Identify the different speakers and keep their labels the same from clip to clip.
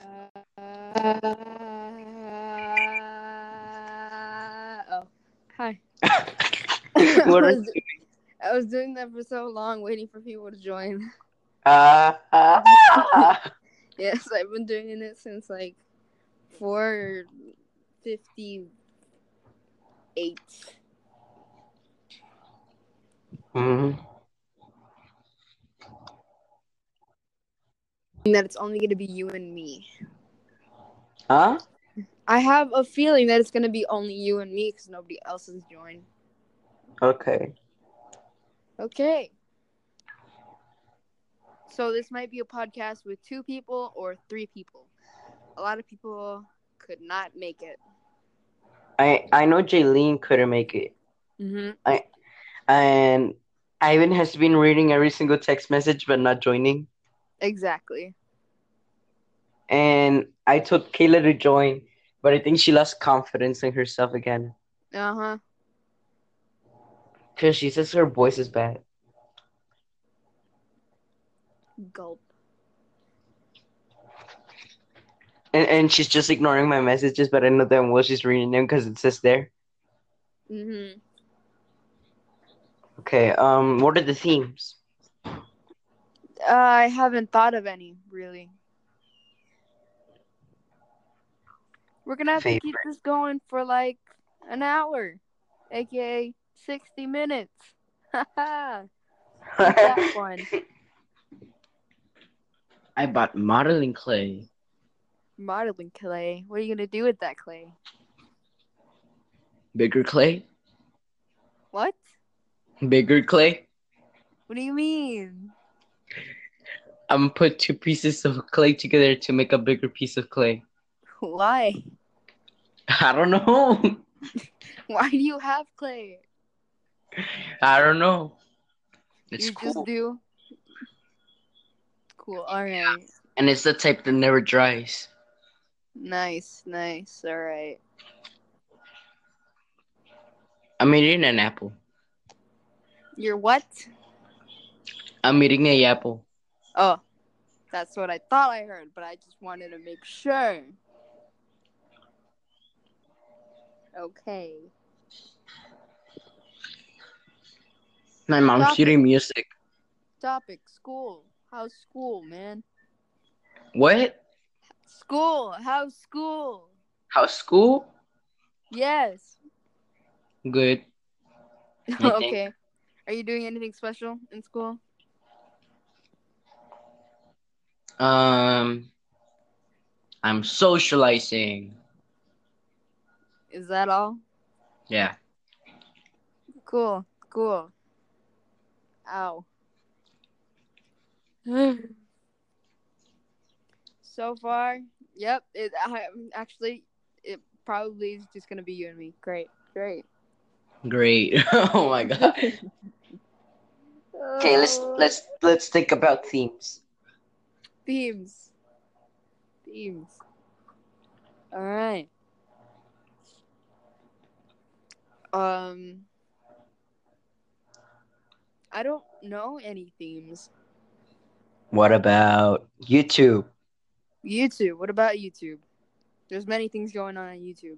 Speaker 1: Uh, oh, hi. I,
Speaker 2: What are
Speaker 1: was,
Speaker 2: you doing?
Speaker 1: I was doing that for so long, waiting for people to join.
Speaker 2: Uh, uh, uh.
Speaker 1: Yes, I've been doing it since like four fifty-eight.
Speaker 2: Mhm.
Speaker 1: And That it's only gonna be you and me.
Speaker 2: Huh?
Speaker 1: I have a feeling that it's gonna be only you and me because nobody else has joined.
Speaker 2: Okay.
Speaker 1: Okay. So this might be a podcast with two people or three people. A lot of people could not make it.
Speaker 2: I I know Jaylene couldn't make it,
Speaker 1: Mm-hmm.
Speaker 2: and Ivan has been reading every single text message but not joining.
Speaker 1: Exactly.
Speaker 2: And I told Kayla to join, but I think she lost confidence in herself again
Speaker 1: Uh huh.
Speaker 2: because she says her voice is bad.
Speaker 1: Gulp.
Speaker 2: And, and she's just ignoring my messages, but I know damn well she's reading them because it says there.
Speaker 1: Mm-hmm.
Speaker 2: Okay. Um. What are the themes?
Speaker 1: Uh, I haven't thought of any really. We're gonna have to keep
Speaker 2: Favorite.
Speaker 1: this going for like an hour, aka sixty minutes. Haha. Beat that one.
Speaker 2: I bought modeling clay.
Speaker 1: Modeling clay. What are you gonna do with that clay?
Speaker 2: Bigger clay.
Speaker 1: What?
Speaker 2: Bigger clay.
Speaker 1: What do you mean?
Speaker 2: I'm gonna put two pieces of clay together to make a bigger piece of clay.
Speaker 1: Why?
Speaker 2: I don't know.
Speaker 1: Why do you have clay?
Speaker 2: I don't know. It's
Speaker 1: you
Speaker 2: cool.
Speaker 1: just do. Cool. All right.
Speaker 2: and it's the type that never dries.
Speaker 1: Nice. Nice. All right.
Speaker 2: I'm eating an apple.
Speaker 1: You're what?
Speaker 2: I'm eating a apple.
Speaker 1: Oh, that's what I thought I heard, but I just wanted to make sure. Okay.
Speaker 2: My mom's
Speaker 1: Stop.
Speaker 2: shooting music.
Speaker 1: Topic school. How's school, man?
Speaker 2: What?
Speaker 1: School. How's school?
Speaker 2: How's school?
Speaker 1: Yes.
Speaker 2: Good. think?
Speaker 1: okay. Are you doing anything special in school?
Speaker 2: Um, I'm socializing.
Speaker 1: Is that all?
Speaker 2: Yeah.
Speaker 1: Cool, cool. Ow. so far, yep. It I, actually it probably is just gonna be you and me. Great, great.
Speaker 2: Great. oh my god. Okay, let's
Speaker 1: Oh.
Speaker 2: let's let's think about themes.
Speaker 1: themes, themes. All right. Um, I don't know any themes.
Speaker 2: What about YouTube?
Speaker 1: YouTube. What about YouTube? There's many things going on on YouTube.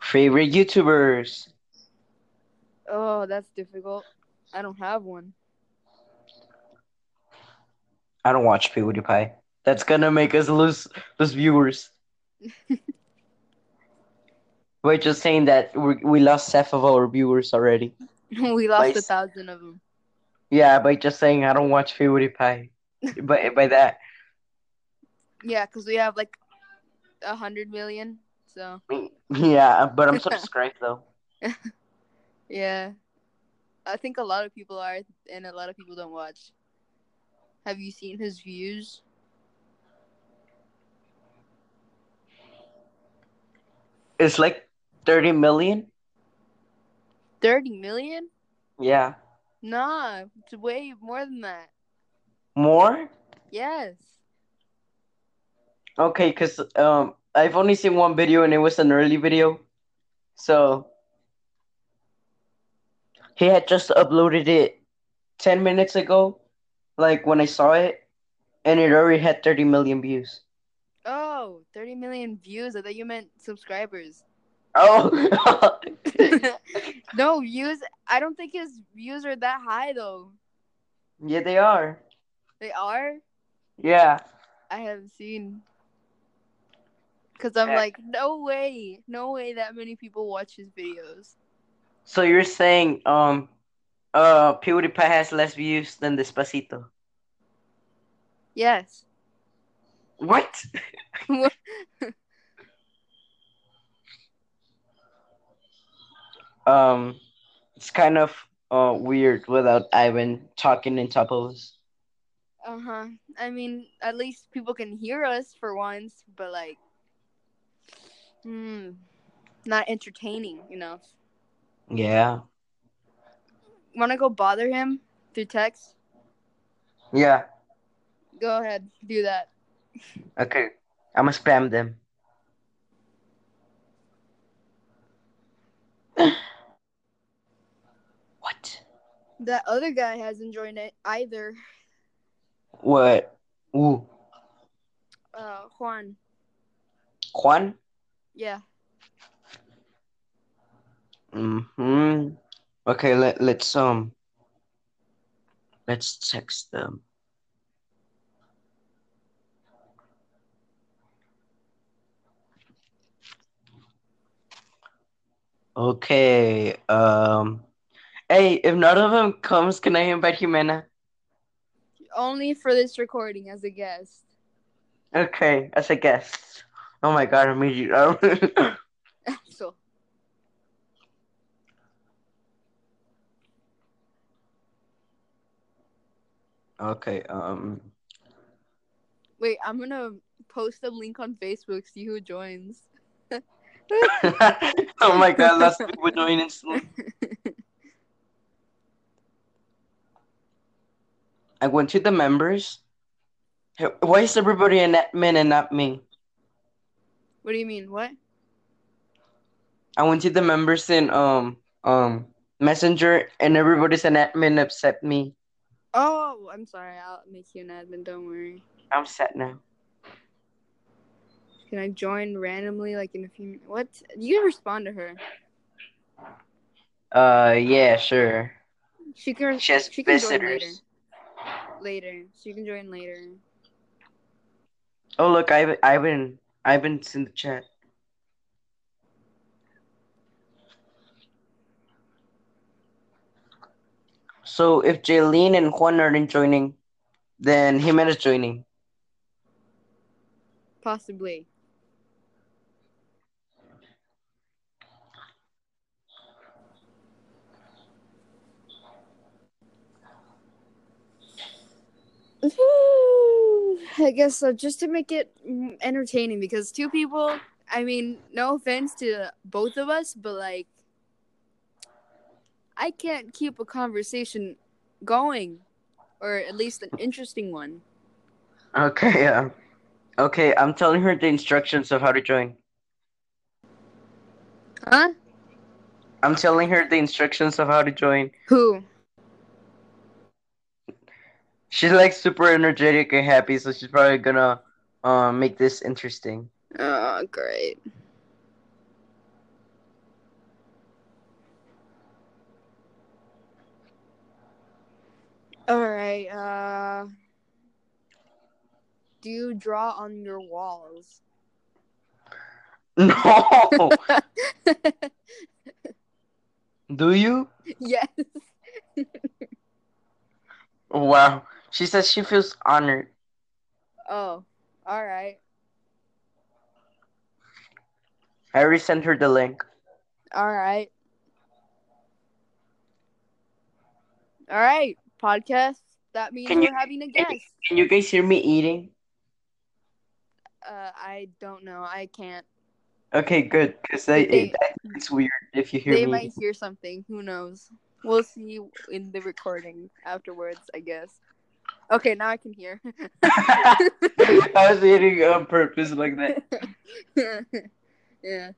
Speaker 2: Favorite YouTubers?
Speaker 1: Oh, that's difficult. I don't have one.
Speaker 2: I don't watch PewDiePie. That's gonna make us lose lose viewers. We're just saying that we, we lost half of our viewers already.
Speaker 1: we lost a
Speaker 2: Nice.
Speaker 1: thousand of them.
Speaker 2: Yeah, by just saying I don't watch PewDiePie. by by that,
Speaker 1: Yeah, because we have like a hundred million. So
Speaker 2: yeah. But I'm subscribed though.
Speaker 1: yeah, I think a lot of people are, and a lot of people don't watch. Have you seen his views?
Speaker 2: It's like 30 million.
Speaker 1: Thirty million?
Speaker 2: Yeah,
Speaker 1: Nah, it's way more than that.
Speaker 2: more.
Speaker 1: Yes.
Speaker 2: Okay, cause um I've only seen one video and it was an early video, so he had just uploaded it 10 minutes ago, like when I saw it, and it already had 30 million views.
Speaker 1: Oh, Oh, 30 million views. I thought you meant subscribers.
Speaker 2: Oh,
Speaker 1: no, views. I don't think his views are that high, though.
Speaker 2: yeah, they are.
Speaker 1: They are?
Speaker 2: Yeah.
Speaker 1: I haven't seen. Because I'm
Speaker 2: Eh.
Speaker 1: like, no way. No way that many people watch his videos.
Speaker 2: So you're saying um, uh, PewDiePie has less views than Despacito?
Speaker 1: Yes.
Speaker 2: What? um, it's kind of uh weird without Ivan talking in top of us.
Speaker 1: Uh huh. I mean, at least people can hear us for once, but like, hmm, not entertaining enough.
Speaker 2: Yeah.
Speaker 1: Want to go bother him through text?
Speaker 2: Yeah.
Speaker 1: Go ahead, do that.
Speaker 2: Okay. I'ma spam them. what?
Speaker 1: That other guy hasn't joined it either.
Speaker 2: What? Ooh,
Speaker 1: Uh, Juan.
Speaker 2: Juan.
Speaker 1: Yeah.
Speaker 2: Hmm. Okay. Let Let's um. Let's text them. Okay. Um. Hey, if none of them comes, can I invite Jimena?
Speaker 1: Only for this recording as a guest.
Speaker 2: Okay, as a guest. Oh my god, I made you.
Speaker 1: so,
Speaker 2: okay. Um.
Speaker 1: wait, I'm gonna post a link on Facebook, see who joins.
Speaker 2: oh my god, last people join instantly. I went to the members. Hey, Why is everybody an admin and not me?
Speaker 1: What do you mean? What?
Speaker 2: I went to the members in um um Messenger and everybody's an admin except me.
Speaker 1: Oh, I'm sorry. I'll make you an admin. Don't worry.
Speaker 2: I'm set now.
Speaker 1: Can I join randomly, like in a few? What? You can respond to her.
Speaker 2: Uh yeah, sure.
Speaker 1: She can.
Speaker 2: She has
Speaker 1: she can
Speaker 2: visitors.
Speaker 1: join later. Later. She can join later.
Speaker 2: Oh look, Ivan Ivan Ivan's in the chat. So if Jaylene and Juan aren't joining, then Jimena's joining.
Speaker 1: Possibly. I guess so, just to make it mm, entertaining, because two people, I mean, no offense to both of us, but like, I can't keep a conversation going, or at least an interesting one.
Speaker 2: Okay, yeah. Okay, I'm telling her the instructions of how to join.
Speaker 1: Huh?
Speaker 2: I'm telling her the instructions of how to join.
Speaker 1: Who?
Speaker 2: She's like super energetic and happy, so she's probably gonna uh, make this interesting.
Speaker 1: Oh, great. All right. Uh, do you draw on your walls?
Speaker 2: No! Do you?
Speaker 1: yes.
Speaker 2: Wow. She says she feels honored.
Speaker 1: Oh, all right.
Speaker 2: I already sent her the link.
Speaker 1: All right. All right. Podcast. That means
Speaker 2: Can
Speaker 1: we're
Speaker 2: you-
Speaker 1: having a
Speaker 2: can you-
Speaker 1: guest.
Speaker 2: Can you guys hear me eating?
Speaker 1: Uh, I don't know. I can't.
Speaker 2: Okay, good, because
Speaker 1: They-
Speaker 2: I, I think it's weird if you hear
Speaker 1: they
Speaker 2: me.
Speaker 1: might hear something. Who knows? We'll see in the recording afterwards, I guess. Okay, now I can hear.
Speaker 2: I was eating on purpose like that.
Speaker 1: yeah. yeah.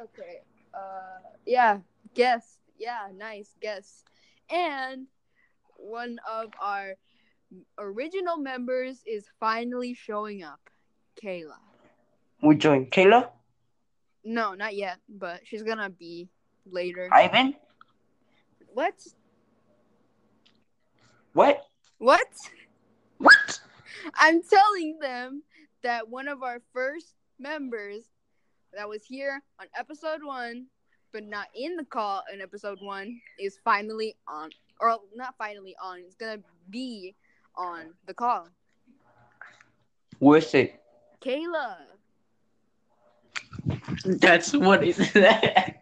Speaker 1: Okay. Uh, yeah. Guess. Yeah. Nice guess. And one of our original members is finally showing up. Kayla.
Speaker 2: We joined Kayla,
Speaker 1: No, not yet, but she's gonna be later.
Speaker 2: Ivan.
Speaker 1: What?
Speaker 2: What?
Speaker 1: What?
Speaker 2: What?
Speaker 1: I'm telling them that one of our first members that was here on episode one, but not in the call in episode one, is finally on, or not finally on, it's gonna be on the call.
Speaker 2: Who is it?
Speaker 1: Kayla.
Speaker 2: That's what is that?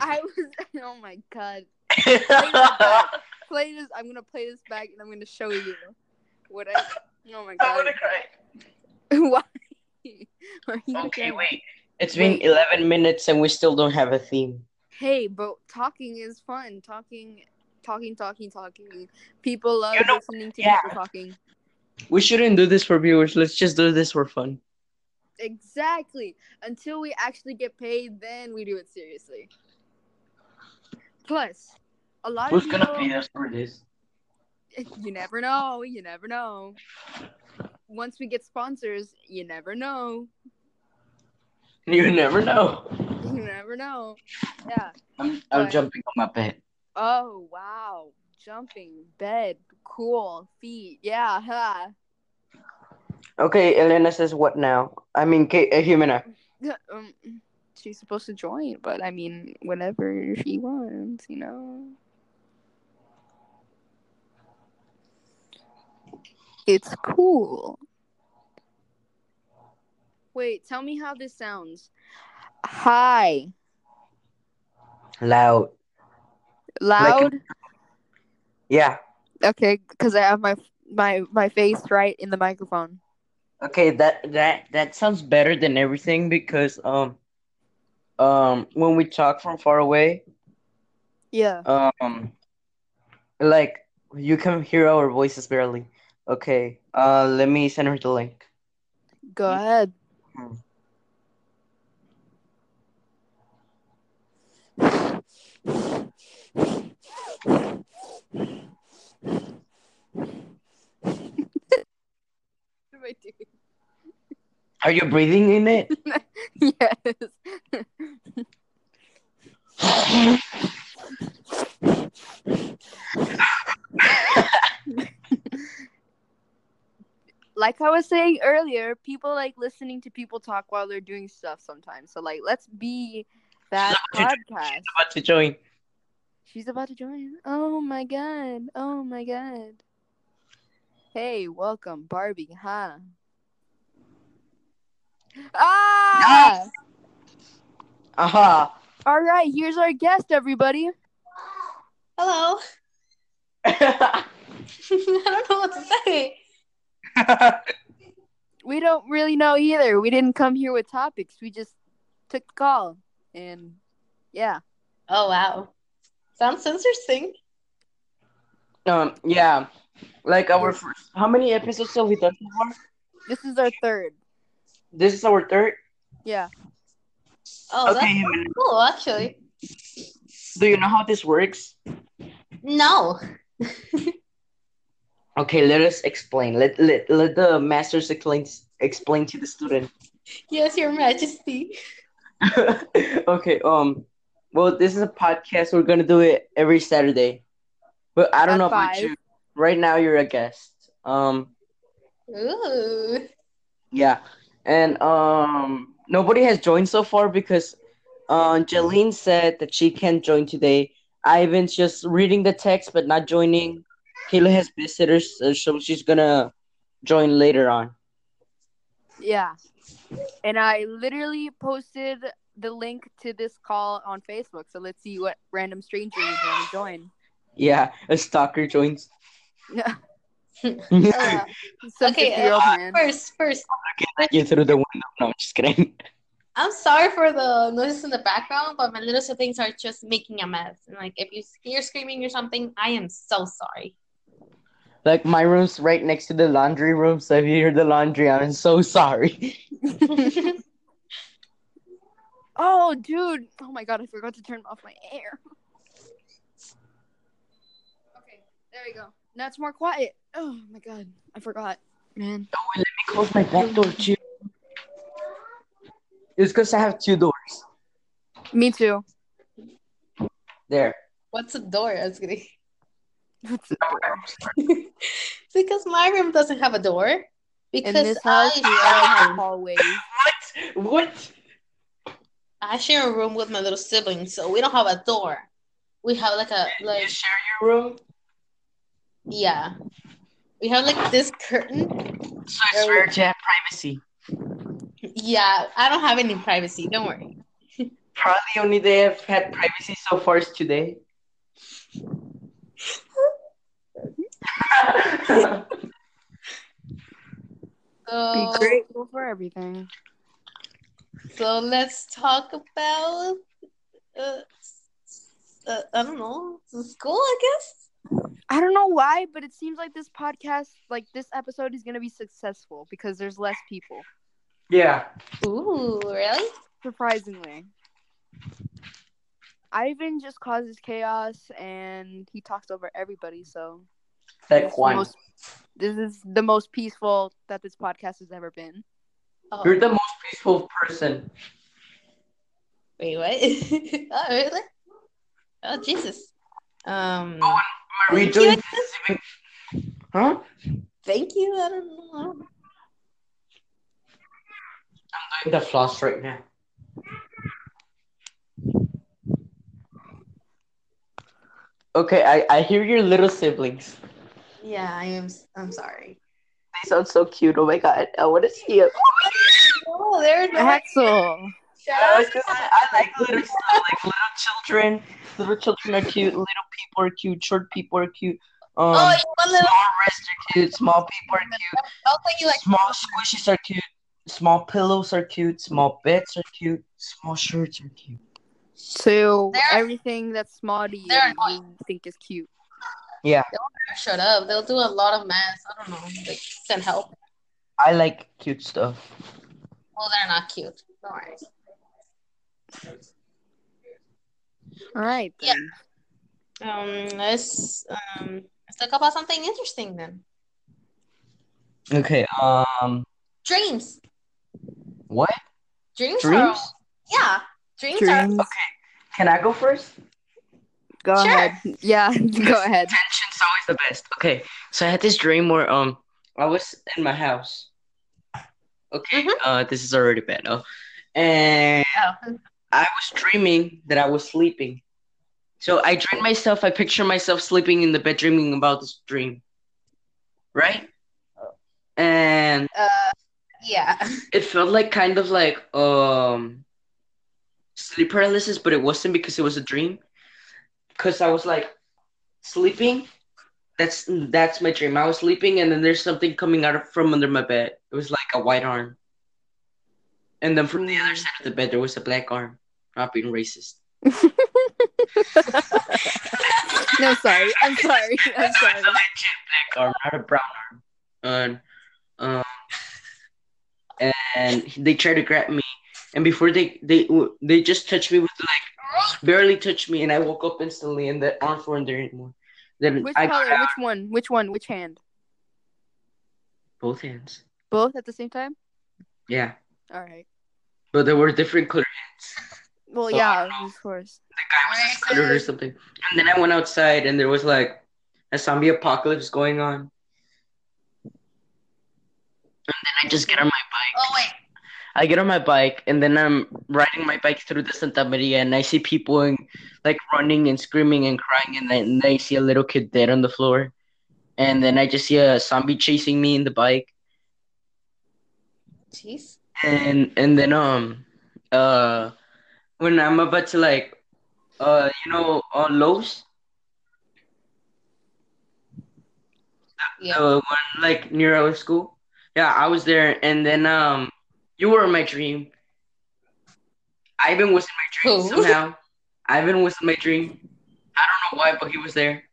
Speaker 1: I was, oh my god. Play this, I'm gonna play this back and I'm gonna show you what I, oh my god.
Speaker 2: cry.
Speaker 1: Why? Are you
Speaker 2: Okay,
Speaker 1: okay?
Speaker 2: wait. It's been
Speaker 1: Wait.
Speaker 2: 11 minutes and we still don't have a theme.
Speaker 1: Hey, but talking is fun. Talking, talking, talking, talking. People love
Speaker 2: You know-
Speaker 1: listening to
Speaker 2: yeah.
Speaker 1: people talking.
Speaker 2: We shouldn't do this for viewers. Let's just do this for fun.
Speaker 1: Exactly. Until we actually get paid, then we do it seriously. Plus, a lot
Speaker 2: Who's
Speaker 1: of
Speaker 2: gonna
Speaker 1: people. eh,
Speaker 2: pay us for this?
Speaker 1: You never know. You never know. Once we get sponsors, you never know.
Speaker 2: You never know.
Speaker 1: You never know. Yeah.
Speaker 2: I'm, I'm
Speaker 1: Right.
Speaker 2: jumping on my bed.
Speaker 1: Oh wow! Jumping, bed, cool, feet. Yeah. Huh.
Speaker 2: Okay, Elena says what now? I mean, K- uh, Jimena.
Speaker 1: Yeah, um, she's supposed to join, but I mean, whenever she wants, you know. It's cool. Wait, tell me how this sounds. Hi,
Speaker 2: Loud.
Speaker 1: loud.
Speaker 2: Yeah.
Speaker 1: Okay, because I have my my my face right in the microphone.
Speaker 2: Okay, that that that sounds better than everything because um um when we talk from far away,
Speaker 1: Yeah.
Speaker 2: um like you can hear our voices barely. Okay. Uh let me send her the link.
Speaker 1: Go ahead.
Speaker 2: Hmm.
Speaker 1: What am I doing?
Speaker 2: Are you breathing in it?
Speaker 1: yes. like I was saying earlier, people like listening to people talk while they're doing stuff sometimes. So like let's be that podcast.
Speaker 2: About to join.
Speaker 1: She's about to join. Oh my god. Oh my god. Hey, welcome Barbie, huh? Ah!
Speaker 2: Aha.
Speaker 1: All right, here's our guest, everybody.
Speaker 3: Hello. I don't know what to say.
Speaker 1: We don't really know either. We didn't come here with topics. We just took the call. And yeah.
Speaker 3: Oh wow. Sounds interesting.
Speaker 2: um yeah. Like our first how many episodes have we done so far?
Speaker 1: This is our third.
Speaker 2: This is our third.
Speaker 1: Yeah.
Speaker 3: Oh,
Speaker 2: Okay,
Speaker 3: that's
Speaker 2: Jimena.
Speaker 3: cool actually.
Speaker 2: Do you know how this works?
Speaker 3: No.
Speaker 2: Okay, let us explain. Let let, let the masters explain explain to the student.
Speaker 3: Yes, Your Majesty.
Speaker 2: okay, um well this is a podcast. We're gonna do it every Saturday. But I don't
Speaker 1: At
Speaker 2: know about
Speaker 1: five.
Speaker 2: you. Right now you're a guest. Um
Speaker 3: Ooh.
Speaker 2: yeah. And um nobody has joined so far because uh, Jalene said that she can't join today. Ivan's just reading the text but not joining. Kayla has visitors, uh, so she's gonna join later on.
Speaker 1: Yeah. And I literally posted the link to this call on Facebook. So let's see what random stranger is going to join.
Speaker 2: Yeah, a stalker joins.
Speaker 3: Uh,
Speaker 2: you
Speaker 1: Some
Speaker 3: Okay, uh,
Speaker 1: 50 year old man.
Speaker 3: first, first,
Speaker 2: through the window. No, I'm just kidding.
Speaker 3: I'm sorry for the noise in the background, but my little siblings are just making a mess. And like, if you hear screaming or something, I am so sorry.
Speaker 2: Like my room's right next to the laundry room, so if you hear the laundry, I'm so sorry.
Speaker 1: Oh, dude. Oh my God. I forgot to turn off my air. Okay. There we go. Now it's more quiet. Oh my god, I forgot, man.
Speaker 2: Close my back door too. It's because I have two doors.
Speaker 1: Me too.
Speaker 2: There.
Speaker 3: What's a door? I was kidding.
Speaker 1: In
Speaker 3: because my room doesn't have a door. Because
Speaker 1: this house, we all
Speaker 3: I,
Speaker 1: have hallways.
Speaker 2: What? What?
Speaker 3: I share a room with my little sibling, so we don't have a door. We have like a like
Speaker 2: share your room?
Speaker 3: yeah. We have like this curtain.
Speaker 2: So it's rare to have privacy.
Speaker 3: Yeah, I don't have any privacy. Don't worry.
Speaker 2: Probably the only day I've had privacy so far is today.
Speaker 1: Be
Speaker 3: So,
Speaker 1: grateful for everything.
Speaker 3: so let's talk about uh, uh, I don't know the school. I guess
Speaker 1: I don't know why, but it seems like this podcast, like this episode, is gonna be successful because there's less people.
Speaker 2: Yeah.
Speaker 3: Ooh, really?
Speaker 1: Surprisingly. Ivan just causes chaos and he talks over everybody, so
Speaker 2: That
Speaker 1: the
Speaker 2: one.
Speaker 1: most- this is the most peaceful that this podcast has ever been.
Speaker 3: Oh,
Speaker 2: You're the most peaceful person.
Speaker 3: wait, what? oh, really? Oh, Jesus. Um,
Speaker 2: Oh, Are we
Speaker 3: Thank
Speaker 2: doing
Speaker 3: you.
Speaker 2: this? even- Huh?
Speaker 3: thank you. I don't know. I don't know.
Speaker 2: I'm doing the floss right now. Okay, I, I hear your little siblings.
Speaker 3: Yeah, I am. s- I'm sorry.
Speaker 2: They sound so cute. Oh my god, I want to see them.
Speaker 3: Oh, there it is.
Speaker 1: Axel.
Speaker 2: I, like little like little children. Little children are cute. Little people are cute. Short people are cute. Um,
Speaker 3: Oh, you want little?
Speaker 2: small wrists are cute. Small people are cute.
Speaker 3: I'll tell you like.
Speaker 2: small squishies are cute. Small pillows are cute. Small beds are cute. Small shirts are cute.
Speaker 1: So
Speaker 3: They're-
Speaker 1: everything that's small to you,
Speaker 3: they're
Speaker 1: you think is cute.
Speaker 3: Shut up. They'll do a lot of mess. I don't know. They send help.
Speaker 2: I like cute stuff.
Speaker 3: Well, they're not cute. Don't worry.
Speaker 1: All right.
Speaker 3: Yeah.
Speaker 1: then.
Speaker 3: Um, let's um let's talk about something interesting then.
Speaker 2: Okay. Um.
Speaker 3: Dreams.
Speaker 2: What?
Speaker 3: Dreams. Are,
Speaker 2: Dreams?
Speaker 3: yeah. Dreams,
Speaker 1: Dreams.
Speaker 3: are.
Speaker 2: Can I go first?
Speaker 1: Go
Speaker 3: Sure.
Speaker 1: ahead. Yeah, go ahead.
Speaker 2: Tension's always the best. Okay. So I had this dream where um I was in my house. Okay.
Speaker 3: Mhm.
Speaker 2: Uh, this is already bad. Oh, and
Speaker 3: Oh.
Speaker 2: I was dreaming that I was sleeping. So I dreamed myself. I picture myself sleeping in the bed, dreaming about this dream. Right. And
Speaker 3: Uh, yeah.
Speaker 2: it felt like kind of like um sleep paralysis, but it wasn't because it was a dream. Because I was like sleeping. That's that's my dream. I was sleeping, and then there's something coming out of, from under my bed. It was like a white arm, and then from the other side of the bed there was a black arm. Not being racist.
Speaker 1: No, sorry. I'm sorry. I'm
Speaker 2: It's
Speaker 1: sorry.
Speaker 2: a legit black arm, not a brown arm. And um, and they tried to grab me, and before they they they just touched me with like barely touched me, and I woke up instantly, and the arms weren't there anymore. Then
Speaker 1: Which
Speaker 2: I got
Speaker 1: color?
Speaker 2: out
Speaker 1: Which one? Which one? Which hand?
Speaker 2: both hands.
Speaker 1: Both at the same time?
Speaker 2: Yeah,
Speaker 1: All right.
Speaker 2: but there were different color hands.
Speaker 1: Well,
Speaker 2: So, I
Speaker 1: yeah,
Speaker 2: don't know.
Speaker 1: of course.
Speaker 2: The guy was this color or something. And then I went outside, and there was like a zombie apocalypse going on. And then I just get on my bike.
Speaker 3: Oh wait.
Speaker 2: I get on my bike and then I'm riding my bike through the Santa Maria and I see people in, like running and screaming and crying and then I see a little kid dead on the floor and then I just see a zombie chasing me in the bike
Speaker 3: Jeez.
Speaker 2: and and then um uh when I'm about to like uh you know on Lowe's
Speaker 3: Yeah.
Speaker 2: uh, when like near our school yeah I was there and then um you were in my dream Ivan was in my dream
Speaker 3: Who?
Speaker 2: somehow Ivan was in my dream I don't know why but he was there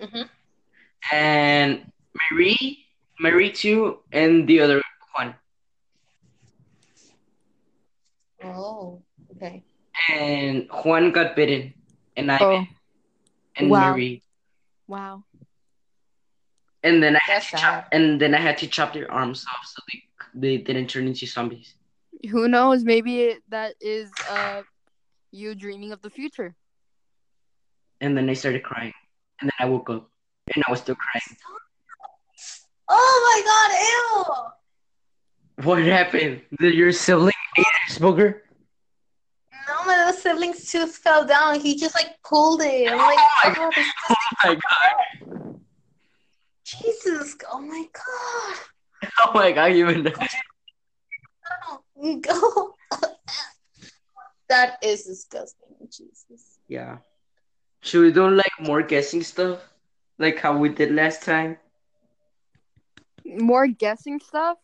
Speaker 3: Mhm.
Speaker 2: and Marie Marie too and the other one
Speaker 3: Oh. Okay.
Speaker 2: and Juan got bitten, and I
Speaker 1: Oh,
Speaker 2: and
Speaker 1: wow.
Speaker 2: Marie.
Speaker 1: wow.
Speaker 2: And then I had
Speaker 3: That's
Speaker 2: to chop, and then I had to chop their arms off so they they didn't turn into zombies.
Speaker 1: Who knows? Maybe it, that is uh you dreaming of the future.
Speaker 2: And then I started crying. And then I woke up and I was still crying.
Speaker 3: Oh my god, ew!
Speaker 2: What happened? Did your sibling ate this booger?
Speaker 3: No, my little sibling's tooth fell down. He just like pulled it. I'm like,
Speaker 2: my
Speaker 3: oh, this is-
Speaker 2: Oh my god!
Speaker 3: Jesus, oh my god.
Speaker 2: Oh my god! You and
Speaker 3: No, go. that is disgusting. Jesus.
Speaker 2: yeah. Should we do like more guessing stuff, like how we did last time?
Speaker 1: More guessing stuff.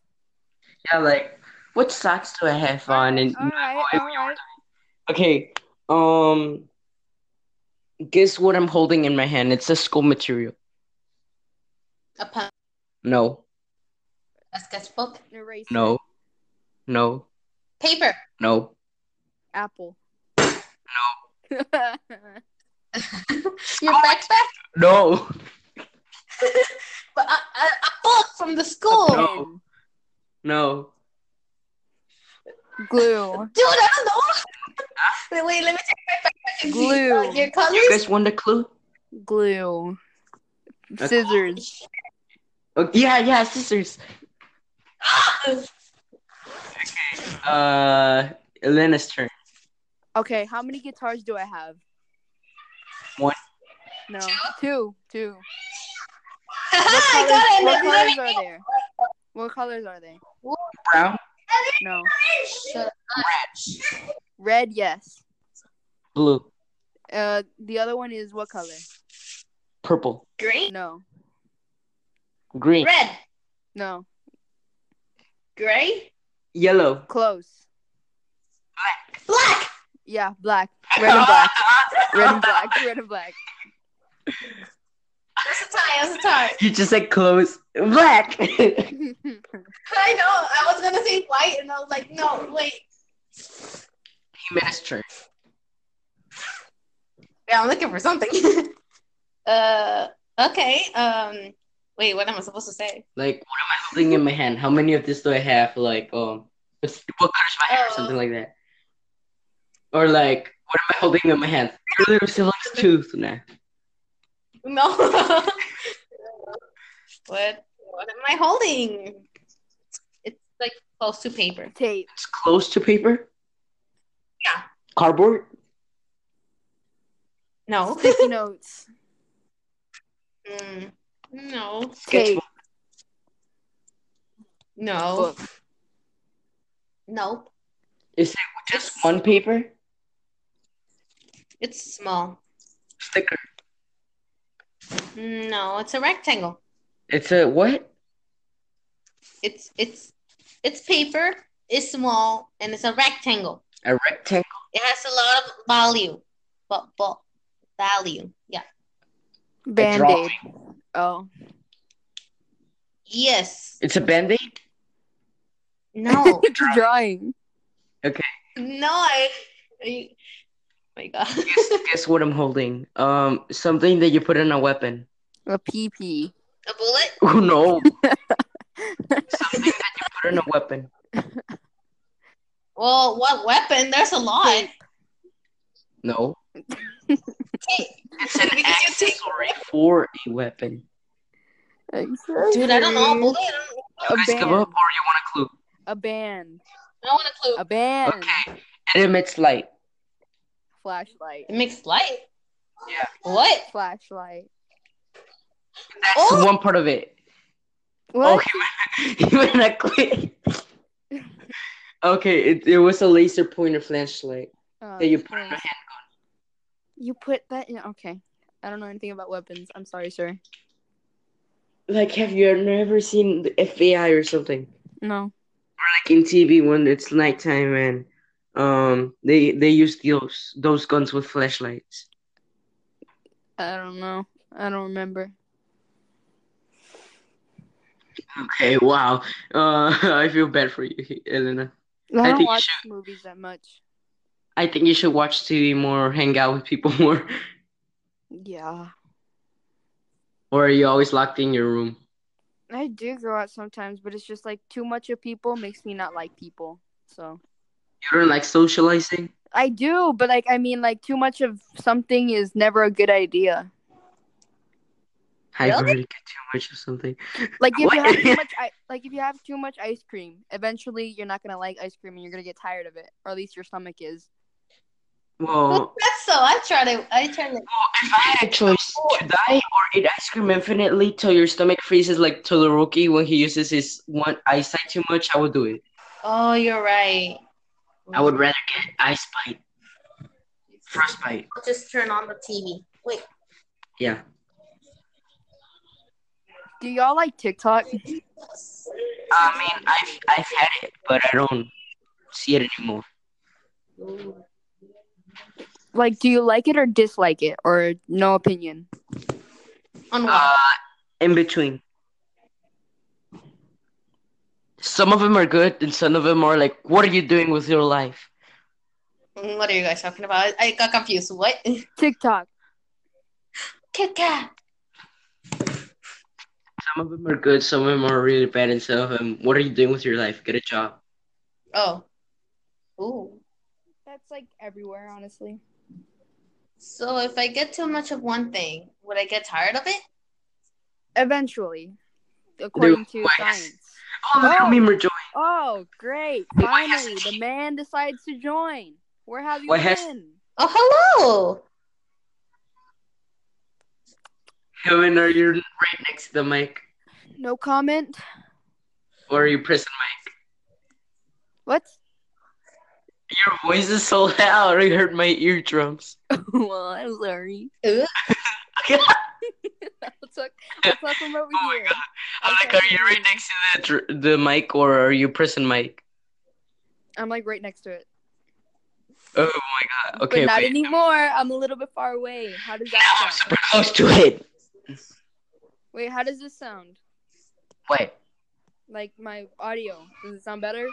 Speaker 2: Yeah, like what socks do I have on? And
Speaker 1: All right, all right.
Speaker 2: okay, um, guess what I'm holding in my hand? It's a school material.
Speaker 3: A pen,
Speaker 2: No,
Speaker 3: a sketchbook,
Speaker 1: Erase
Speaker 2: no, no,
Speaker 3: paper.
Speaker 2: no,
Speaker 1: apple.
Speaker 2: no,
Speaker 1: Your Oh
Speaker 3: Your backpack,
Speaker 2: no.
Speaker 3: but a, a, a book from the school.
Speaker 2: No. No.
Speaker 1: Glue.
Speaker 3: Dude, I don't know. Wait, let me check my backpack.
Speaker 1: Glue.
Speaker 3: Uh, your colors.
Speaker 2: You guys won the clue?
Speaker 1: Glue. Scissors.
Speaker 2: Oh, yeah, yeah, sisters. Uh, Elena's turn.
Speaker 1: Okay, how many guitars do I have?
Speaker 2: One.
Speaker 1: No, two, two.
Speaker 3: I got it.
Speaker 1: What
Speaker 3: Let me- let
Speaker 1: colors
Speaker 3: me-
Speaker 1: are there? What colors are they?
Speaker 2: Brown,
Speaker 1: No,
Speaker 3: Shut up.
Speaker 1: red. Yes.
Speaker 2: blue,
Speaker 1: Uh, the other one is what color?
Speaker 2: purple,
Speaker 3: Green,
Speaker 1: No,
Speaker 2: green,
Speaker 3: red,
Speaker 1: no,
Speaker 3: gray,
Speaker 2: yellow.
Speaker 1: close.
Speaker 3: black.
Speaker 1: Yeah, black, red and black, red and black, red and black.
Speaker 3: That's a tie. That's a tie.
Speaker 2: You just said clothes. Black.
Speaker 3: I know. I was gonna say white, and I was like, no, wait.
Speaker 2: Elena's turn.
Speaker 3: Yeah, I'm looking for something. uh, okay. Um, wait, what am I supposed to say?
Speaker 2: Like, what am I holding in my hand? How many of this do I have? Like, um, what's- what color is my hair? Or
Speaker 3: Oh.
Speaker 2: something like that. Or like, what am I holding in my hand? Your little sibling's tooth. Nah.
Speaker 3: No. what? What am I holding? It's like close to paper.
Speaker 1: Tape.
Speaker 2: It's close to paper.
Speaker 3: Yeah.
Speaker 2: Cardboard.
Speaker 3: No.
Speaker 1: Sticky notes.
Speaker 3: Mm, no.
Speaker 1: Tape.
Speaker 3: No.
Speaker 1: Book.
Speaker 3: Nope.
Speaker 2: Is it just one paper?
Speaker 3: It's small.
Speaker 2: Sticker.
Speaker 3: No, it's a rectangle.
Speaker 2: It's a what?
Speaker 3: It's it's it's paper. It's small and it's a rectangle.
Speaker 2: A rectangle.
Speaker 3: It has a lot of value, but but value. Yeah.
Speaker 1: Band aid. Oh,
Speaker 3: Yes.
Speaker 2: It's a band-aid?
Speaker 3: No.
Speaker 1: it's a drawing.
Speaker 3: no. I, I. Oh my God.
Speaker 2: Guess what I'm holding? Um, something that you put in a weapon.
Speaker 1: A PP.
Speaker 3: a bullet.
Speaker 2: Oh no. something that you put in a weapon.
Speaker 3: Well, what weapon? There's a lot.
Speaker 2: No. It's an
Speaker 3: Because you take-
Speaker 2: accessory for a weapon.
Speaker 3: Dude, I don't know. A bullet. I don't,
Speaker 1: A
Speaker 2: Guys, give
Speaker 1: band.
Speaker 2: up or "Oh, you want a clue?
Speaker 1: A band.
Speaker 3: I don't want to clue.
Speaker 1: A band.
Speaker 2: Okay. It emits light.
Speaker 1: Flashlight.
Speaker 2: Mm.
Speaker 3: It makes light.
Speaker 2: Yeah.
Speaker 3: What?
Speaker 1: Flashlight.
Speaker 2: That's
Speaker 3: Oh.
Speaker 2: one part of it.
Speaker 1: What?
Speaker 2: Okay, even a quit. okay, it, it was a laser pointer flashlight.
Speaker 1: Oh,
Speaker 2: that you
Speaker 1: that's
Speaker 2: put in
Speaker 1: nice. You put that in. Okay. I don't know anything about weapons. I'm sorry, sir.
Speaker 2: Like, have you never seen the FBI or something?
Speaker 1: No.
Speaker 2: Like in TV when it's nighttime and um they they use those those guns with flashlights.
Speaker 1: I don't know. I don't remember.
Speaker 2: Okay, wow. Uh, I feel bad for you, Elena. I
Speaker 1: I
Speaker 2: think
Speaker 1: don't
Speaker 2: you
Speaker 1: watch movies that much.
Speaker 2: I think you should watch TV more, hang out with people more,
Speaker 1: Yeah.
Speaker 2: or are you always locked in your room?
Speaker 1: I do go out sometimes, but it's just like too much of people makes me not like people. So
Speaker 2: You don't like socializing?
Speaker 1: I do, but like I mean, like too much of something is never a good idea.
Speaker 2: I
Speaker 3: Really?
Speaker 2: really get too much of something.
Speaker 1: Like if
Speaker 2: What?
Speaker 1: you have too much, I- like if you have too much ice cream, eventually you're not gonna like ice cream and you're gonna get tired of it, or at least your stomach is.
Speaker 2: Well,
Speaker 3: That's so. I tried it. I tried it.
Speaker 2: if I had a choice to die or eat ice cream infinitely till your stomach freezes like Todoroki when he uses his one eyesight too much, I would do it.
Speaker 3: Oh, you're right.
Speaker 2: I would rather get ice bite, frostbite.
Speaker 3: I'll just turn on the TV. Wait.
Speaker 2: Yeah.
Speaker 1: Do y'all like TikTok?
Speaker 2: I mean, I've I've had it, but I don't see it anymore.
Speaker 3: Ooh.
Speaker 1: Like, do you like it or dislike it, or no opinion?
Speaker 3: On what?
Speaker 2: Uh, in between. Some of them are good, and some of them are like, "What are you doing with your life?"
Speaker 3: Mm, what are you guys talking about? I got confused. What?
Speaker 1: TikTok.
Speaker 3: Kika.
Speaker 2: Some of them are good, some of them are really bad, and some of them, "What are you doing with your life? Get a job."
Speaker 3: Oh. Ooh.
Speaker 1: That's like everywhere, honestly.
Speaker 3: So if I get too much of one thing, would I get tired of it?
Speaker 1: Eventually, according to
Speaker 2: what?
Speaker 1: science.
Speaker 2: Oh, look
Speaker 1: Oh.
Speaker 2: at me rejoining.
Speaker 1: Oh, great!
Speaker 2: Why has
Speaker 1: Finally,
Speaker 2: to
Speaker 1: the man decides to join. Where have you
Speaker 2: Why
Speaker 1: been?
Speaker 2: has-
Speaker 3: Oh, hello.
Speaker 2: Kevin, are you right next to the mic,
Speaker 1: No comment.
Speaker 2: or are you pressing mic?
Speaker 1: What?
Speaker 2: Your voice is so loud. I hurt my eardrums.
Speaker 1: well, I'm sorry.
Speaker 3: Ugh.
Speaker 1: Let's talk. Let's talk from over
Speaker 2: Oh my
Speaker 1: here.
Speaker 2: God. I'm
Speaker 1: Let's
Speaker 2: like,
Speaker 1: talk
Speaker 2: are you
Speaker 1: from
Speaker 2: right
Speaker 1: over here.
Speaker 2: next to the dr- the mic, or are you pressing mic?
Speaker 1: I'm like right next to it.
Speaker 2: Oh my god. Okay,
Speaker 1: but not
Speaker 2: wait.
Speaker 1: anymore. I'm a little bit far away. How does that
Speaker 2: Now
Speaker 1: sound?
Speaker 2: I'm super close to it.
Speaker 1: Wait, how does this sound?
Speaker 2: Wait, it
Speaker 1: Like my audio. Does it sound better?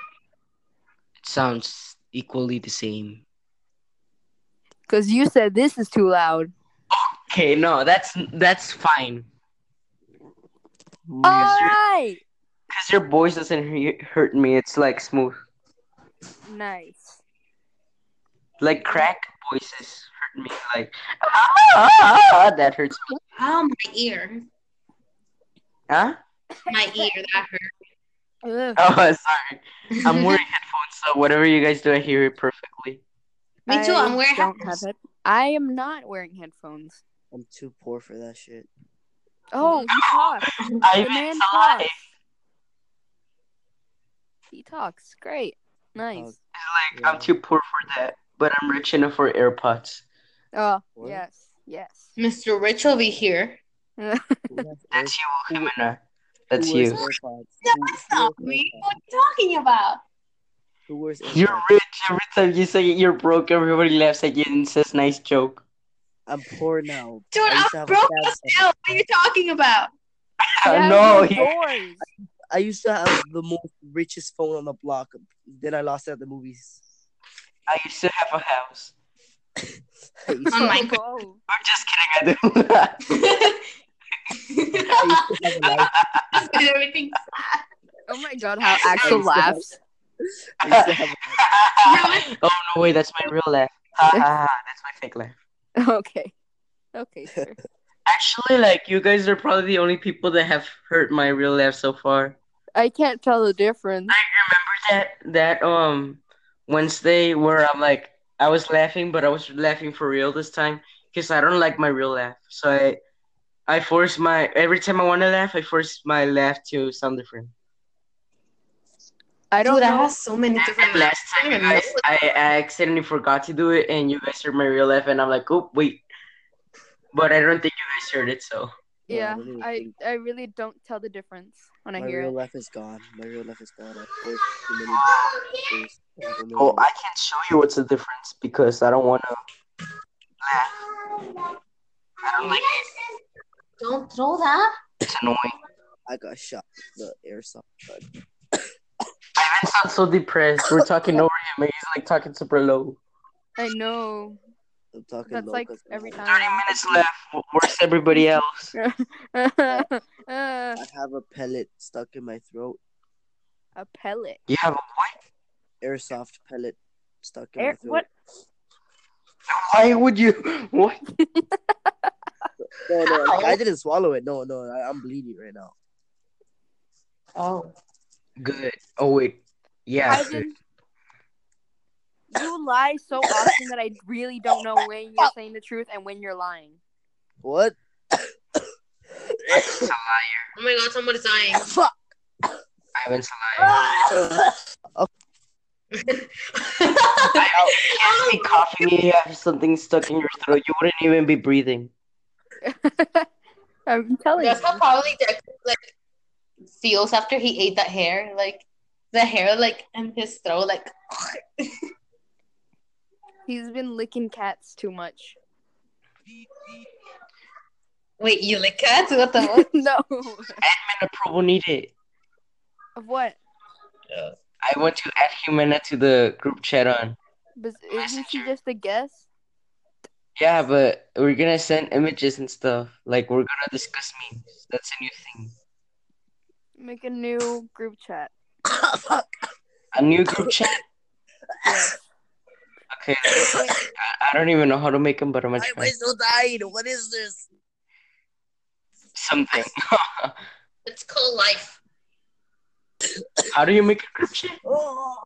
Speaker 2: sounds equally the same.
Speaker 1: Because you said this is too loud.
Speaker 2: Okay, no, that's that's fine.
Speaker 1: All
Speaker 2: Because your,
Speaker 1: right.
Speaker 2: 'cause your voice doesn't hu- hurt me. It's like smooth,
Speaker 1: Nice.
Speaker 2: like crack voices hurt me. Like
Speaker 1: Oh.
Speaker 2: ah, that hurts. me.
Speaker 3: Oh, my ear.
Speaker 2: Huh?
Speaker 3: My ear. That hurt.
Speaker 1: Ugh.
Speaker 2: Oh, sorry. I'm wearing headphones, so whatever you guys do, I hear it perfectly.
Speaker 3: Me too. I'm
Speaker 1: I
Speaker 3: wearing
Speaker 1: don't
Speaker 3: headphones.
Speaker 1: have head- I am not wearing headphones.
Speaker 4: I'm too poor for that shit.
Speaker 1: Oh, he talks.
Speaker 2: I
Speaker 1: The
Speaker 2: even
Speaker 1: man
Speaker 2: saw it.
Speaker 1: talks. He talks. Great. Nice.
Speaker 2: Like I'm too poor for that, but I'm rich enough for AirPods.
Speaker 1: Oh,
Speaker 4: What?
Speaker 1: yes. Yes.
Speaker 3: Mr. Rich over here.
Speaker 4: Who has
Speaker 2: That's
Speaker 4: Air-
Speaker 2: you, Jimena. That's
Speaker 4: who wears
Speaker 2: you.
Speaker 4: AirPods?
Speaker 3: No,
Speaker 4: Who-
Speaker 3: that's not
Speaker 4: who wears
Speaker 3: me.
Speaker 4: AirPods?
Speaker 3: What are you talking about?
Speaker 4: Who wears
Speaker 2: You're
Speaker 4: AirPods?
Speaker 2: rich. Every time you say you're broke, everybody laughs at you and says nice joke.
Speaker 4: I'm poor now.
Speaker 3: Dude,
Speaker 4: I
Speaker 3: I'm
Speaker 4: used to have a
Speaker 3: broke as
Speaker 4: Samsung.
Speaker 3: hell. What are you talking about?
Speaker 1: Yeah,
Speaker 2: no,
Speaker 1: he
Speaker 2: he-
Speaker 1: doors.
Speaker 4: I used to have the most richest phone on the block. Then I lost it at the movies.
Speaker 2: I used to have a house.
Speaker 4: I used to,
Speaker 3: Oh my
Speaker 1: god.
Speaker 2: I'm just kidding. I do.
Speaker 4: I used to have a life.
Speaker 3: Everything.
Speaker 1: Oh my god, how Axel laughs.
Speaker 4: I used to have a
Speaker 2: oh no, wait, that's my real laugh. Ha, ha, ha, that's my fake laugh.
Speaker 1: Okay. Okay, sir.
Speaker 2: Actually, like you guys are probably the only people that have heard my real laugh so far.
Speaker 1: I can't tell the difference.
Speaker 2: Remember that that um Wednesday where I'm like I was laughing, but I was laughing for real this time because I don't like my real laugh. So I I force my every time I want to laugh, I force my laugh to sound different.
Speaker 1: I don't
Speaker 3: Dude, I
Speaker 1: know.
Speaker 3: have so many different
Speaker 2: And last time, you guys, I, I accidentally forgot to do it, and you guys heard my real laugh, and I'm like, oh, wait. But I don't think you guys heard it, so.
Speaker 1: Yeah,
Speaker 4: No, I really
Speaker 1: I,
Speaker 4: think-
Speaker 1: I really don't tell the difference when I
Speaker 4: My
Speaker 1: hear
Speaker 4: real
Speaker 1: it.
Speaker 4: life is gone. My real life is gone. I forced too many doors. I don't know.
Speaker 2: Oh, I can't show you what's the difference because I don't want to laugh. I don't like it.
Speaker 3: Don't throw that.
Speaker 2: It's annoying.
Speaker 4: I got shot with the airsoft gun.
Speaker 2: I even sound so depressed. We're talking over him, and he's like talking super low.
Speaker 1: I know.
Speaker 4: I'm talking
Speaker 1: That's
Speaker 4: low
Speaker 1: like
Speaker 4: 'cause I'm
Speaker 1: every
Speaker 4: like-
Speaker 1: time.
Speaker 2: 30 minutes left. We're everybody else.
Speaker 1: a
Speaker 4: I have a pellet stuck in my throat.
Speaker 1: pellet.
Speaker 2: You have a
Speaker 4: Airsoft pellet stuck in my
Speaker 1: Air,
Speaker 4: throat.
Speaker 1: what?
Speaker 2: why would you what
Speaker 4: No, no, like,
Speaker 3: Ow.
Speaker 4: I didn't swallow it. No, no, I, I'm bleeding right now.
Speaker 3: Oh.
Speaker 2: good. Oh wait. Yeah.
Speaker 1: Ivan, you lie so often that I really don't know when you're saying the truth and when you're lying.
Speaker 4: What?
Speaker 3: Oh my god, somebody's dying.
Speaker 4: Fuck.
Speaker 2: Ivan's lying.
Speaker 4: I
Speaker 2: You'd be coughing and Ah! you have something stuck in your throat. You wouldn't even be breathing.
Speaker 1: I'm telling you.
Speaker 3: That's how probably Deku like feels after he ate that hair, like the hair like in his throat, like
Speaker 1: He's been licking cats too much.
Speaker 3: wait, you like cats? What the fuck?
Speaker 1: no.
Speaker 2: Admin approval needed.
Speaker 1: Of what?
Speaker 2: I want to add Humana to the group chat on.
Speaker 1: But isn't she just a guest?
Speaker 2: Yeah, but we're gonna send images and stuff. Like we're gonna discuss memes. That's a new thing.
Speaker 1: Make a new group chat.
Speaker 2: A new group chat.
Speaker 1: Yes.
Speaker 2: Okay. I, I don't even know how to make them, but I'm gonna
Speaker 4: am I
Speaker 2: try
Speaker 4: still dying? What is this?
Speaker 2: something.
Speaker 3: It's called life.
Speaker 2: how do you make a group chat?
Speaker 4: Oh.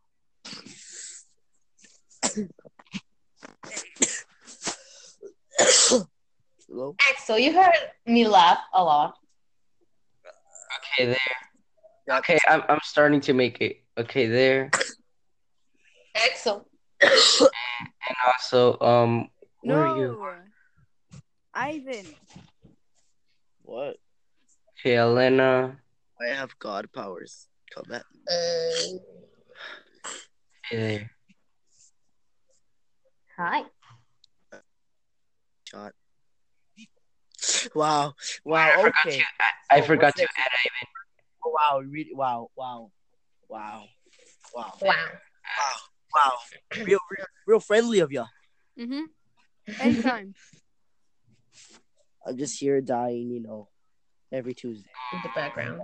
Speaker 4: Hello?
Speaker 3: Axel, you heard me laugh a lot.
Speaker 2: Okay, there. Okay, I'm I'm starting to make it. Okay, there.
Speaker 3: Axel.
Speaker 2: And also, um, where
Speaker 1: No.
Speaker 2: are you?
Speaker 1: Ivan.
Speaker 4: What?
Speaker 2: Okay, Elena.
Speaker 4: I have god powers. Come at me.
Speaker 3: Uh,
Speaker 2: Okay, there.
Speaker 3: hi.
Speaker 4: Shot.
Speaker 2: I
Speaker 4: Wow. Wow.
Speaker 2: forgot
Speaker 4: Okay.
Speaker 2: to. I, I
Speaker 4: Oh,
Speaker 2: forgot
Speaker 4: what's
Speaker 2: to
Speaker 4: next?
Speaker 2: add Ivan.
Speaker 4: Oh, Wow. Really. Wow. Wow. Wow. Wow.
Speaker 3: Wow.
Speaker 4: Wow. Wow. Real, real, real friendly of ya.
Speaker 1: Mm-hmm. Anytime.
Speaker 4: I'm just here dying, you know, every Tuesday.
Speaker 3: In the background.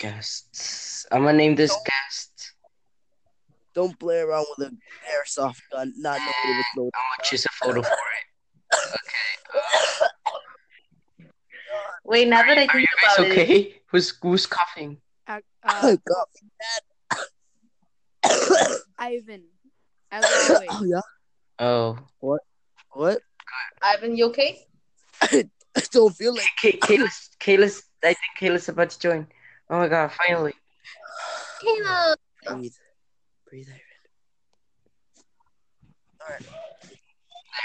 Speaker 2: Guests. I'm gonna name this guest.
Speaker 4: Don't play around with an airsoft gun, not knowing if it's loaded.
Speaker 2: I'm gonna choose a photo for it.
Speaker 3: Wait, now that I
Speaker 2: Are
Speaker 3: think
Speaker 2: you guys
Speaker 3: about it,
Speaker 2: okay? Who's who's coughing?
Speaker 1: Uh, uh,
Speaker 4: God.
Speaker 1: Ivan. As always.
Speaker 4: oh yeah.
Speaker 2: Oh,
Speaker 4: What?
Speaker 3: Ivan, you okay?
Speaker 4: I don't feel like.
Speaker 2: Kay- Kay- Kayla's. Kayla's. I think Kayla's about to join. Oh my god! Finally.
Speaker 3: Caleb.
Speaker 4: Breathe. Breathe, Ivan. Alright.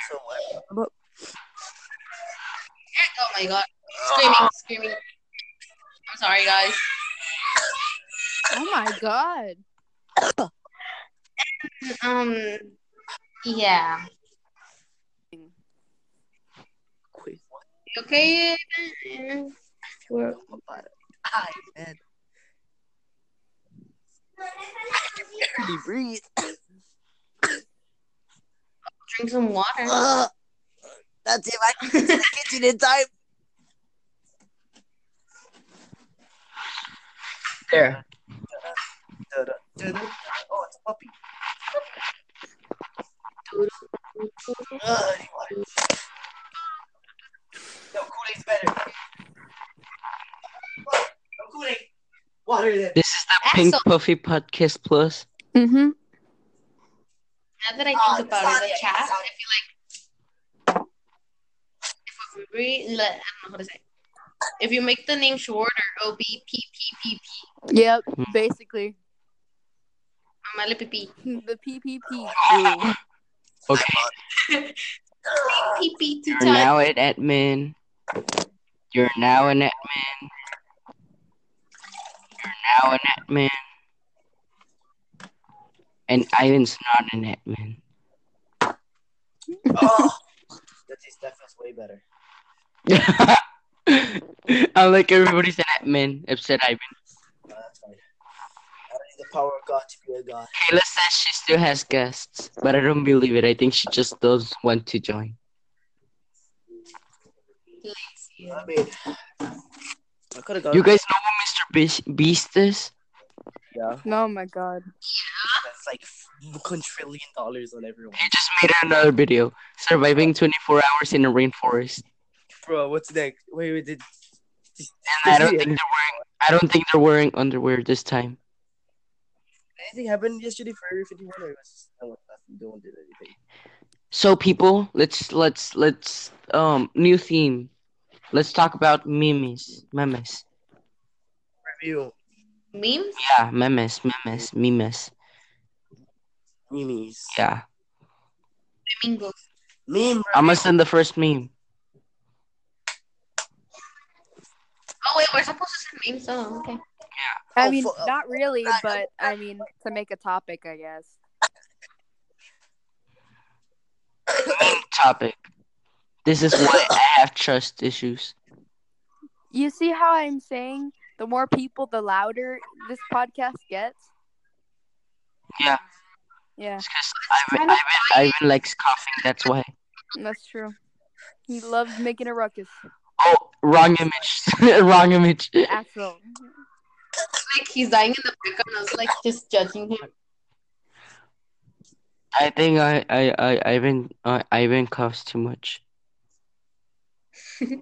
Speaker 4: So what? I'm up.
Speaker 3: Oh my god. Screaming, screaming. I'm sorry guys.
Speaker 1: Oh my god.
Speaker 3: Um yeah.
Speaker 4: Quick. What?
Speaker 3: You okay? Ivan? We're-
Speaker 4: I'm about to die, man. I can barely breathe.
Speaker 3: Drink some water.
Speaker 4: Ugh. That's Ah. if I can get to the kitchen in time.
Speaker 2: There.
Speaker 4: Oh, it's a puppy. Ugh, anyway. No, Kool-Aid's better. No Kool-Aid. Water then.
Speaker 2: This is the Pink
Speaker 3: Axel.
Speaker 2: Puffy Podcast Plus.
Speaker 1: Mm-hmm.
Speaker 3: Now that I
Speaker 4: Ah,
Speaker 3: think about it, Oh, the
Speaker 4: sorry,
Speaker 3: chat,
Speaker 4: sorry.
Speaker 3: I feel like if we re- le- I don't know how to say. it. If you make the name shorter, O B P P P P,
Speaker 1: Yep, basically.
Speaker 3: Amale P P
Speaker 1: The PPP.
Speaker 2: Okay.
Speaker 3: P P two
Speaker 2: You're
Speaker 3: times.
Speaker 2: now an admin. You're now an admin. You're now an admin. And Ivan's not an admin.
Speaker 4: Oh. That tastes- that feels way better.
Speaker 2: I'm like everybody's an admin except Ivan.
Speaker 4: No, that's fine. I don't need the power of God to be a god.
Speaker 2: Kayla says she still has guests, but I don't believe it. I think she just doesn't want to join.
Speaker 3: you.
Speaker 4: I mean, I could have gone.
Speaker 2: You guys know who Mr. Beast- Beast is?
Speaker 4: yeah.
Speaker 1: Oh my god.
Speaker 4: That's like quadrillion dollars on everyone.
Speaker 2: He just made another video surviving 24 hours in a rainforest.
Speaker 4: Bro, what's next? Wait, wait, did.
Speaker 2: And I don't think they're wearing. I don't think they're wearing underwear this time.
Speaker 4: anything happened yesterday for every 51 or it was just no one nothing, no one did anything.
Speaker 2: So people, let's let's let's um new theme. Let's talk about memes, memes.
Speaker 4: Review.
Speaker 3: Memes?
Speaker 2: Yeah, memes, memes, memes.
Speaker 4: Memes.
Speaker 2: Yeah,
Speaker 3: Domingos.
Speaker 4: Meme
Speaker 2: I'm gonna send the first meme.
Speaker 3: Oh, wait, we're supposed to send memes. Oh, okay.
Speaker 1: I
Speaker 4: Oh,
Speaker 1: mean,
Speaker 4: fu-
Speaker 1: not really, but I mean, to make a topic, I guess.
Speaker 2: Meme topic. This is why I have trust issues.
Speaker 1: You see how I'm saying the more people, the louder this podcast gets?
Speaker 2: Yeah,
Speaker 1: Yeah,
Speaker 2: it's because Ivan, Ivan, Ivan likes coughing. That's why.
Speaker 1: that's true. He loves making a ruckus.
Speaker 2: Oh, wrong image. wrong image.
Speaker 1: Axel.
Speaker 3: Like, he's dying in the background. I was like, just judging him.
Speaker 2: I think I I I Ivan uh, Ivan coughs too much.
Speaker 3: Well,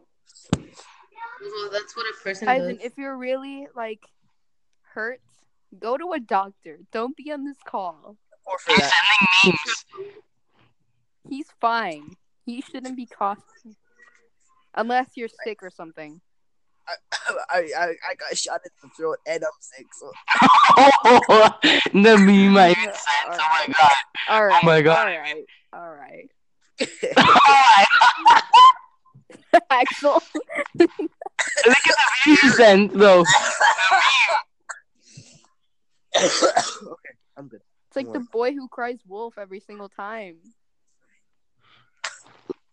Speaker 3: that's what a person
Speaker 1: Ivan,
Speaker 3: does.
Speaker 1: if you're really like hurt, go to a doctor. Don't be on this call.
Speaker 4: or for
Speaker 2: He's
Speaker 4: that.
Speaker 2: sending memes.
Speaker 1: He's fine. He shouldn't be coughing. Unless you're sick or something.
Speaker 4: I, I, I got shot in the throat and I'm sick. So
Speaker 2: the meme Ivan sent. Oh my god. Oh
Speaker 1: All right.
Speaker 2: my God,
Speaker 1: All right. All right.
Speaker 2: Oh my
Speaker 1: Axel.
Speaker 2: Look at the view you sent, though.
Speaker 4: okay, I'm good.
Speaker 1: It's like the boy who cries wolf every single time.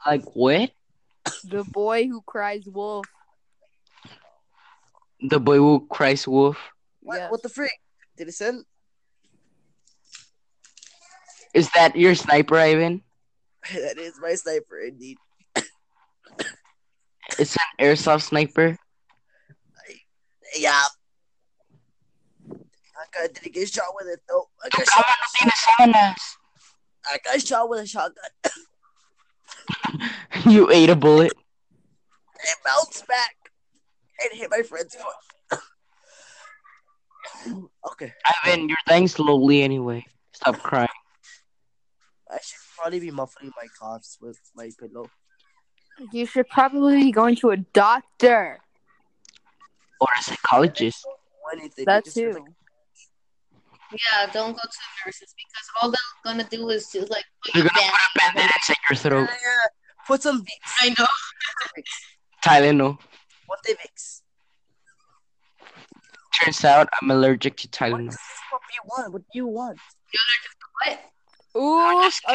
Speaker 2: Like, what?
Speaker 1: The boy who cries wolf.
Speaker 2: The boy who cries wolf.
Speaker 4: What,
Speaker 1: Yes.
Speaker 4: what the freak? Did it send?
Speaker 2: Is that your sniper, Ivan?
Speaker 4: that is my sniper indeed.
Speaker 2: It's an airsoft sniper.
Speaker 4: Yeah. I got did he get shot with it though? I got
Speaker 2: Come
Speaker 4: shot.
Speaker 2: on, Athena, summon us.
Speaker 4: I got shot with a shotgun.
Speaker 2: You ate a bullet.
Speaker 4: It bounced back and hit my friend's foot. okay,
Speaker 2: Ivan, you're dying slowly anyway. Stop crying.
Speaker 4: I should probably be muffling my coughs with my pillow.
Speaker 1: You should probably be going to a doctor.
Speaker 2: Or a psychologist.
Speaker 4: Anything.
Speaker 1: That
Speaker 4: just feel
Speaker 1: too.
Speaker 4: like-
Speaker 3: Yeah, don't go to the nurses because all they're gonna do is just like put
Speaker 2: They're
Speaker 3: you
Speaker 2: gonna put
Speaker 3: down.
Speaker 2: a bandage and set your throat.
Speaker 4: Yeah, Put some Vicks.
Speaker 3: I know.
Speaker 2: Tylenol.
Speaker 4: What they Vicks?
Speaker 2: Turns out I'm allergic to
Speaker 4: What is
Speaker 2: Tylenol.
Speaker 4: this? What do you want? What do you want?
Speaker 3: What?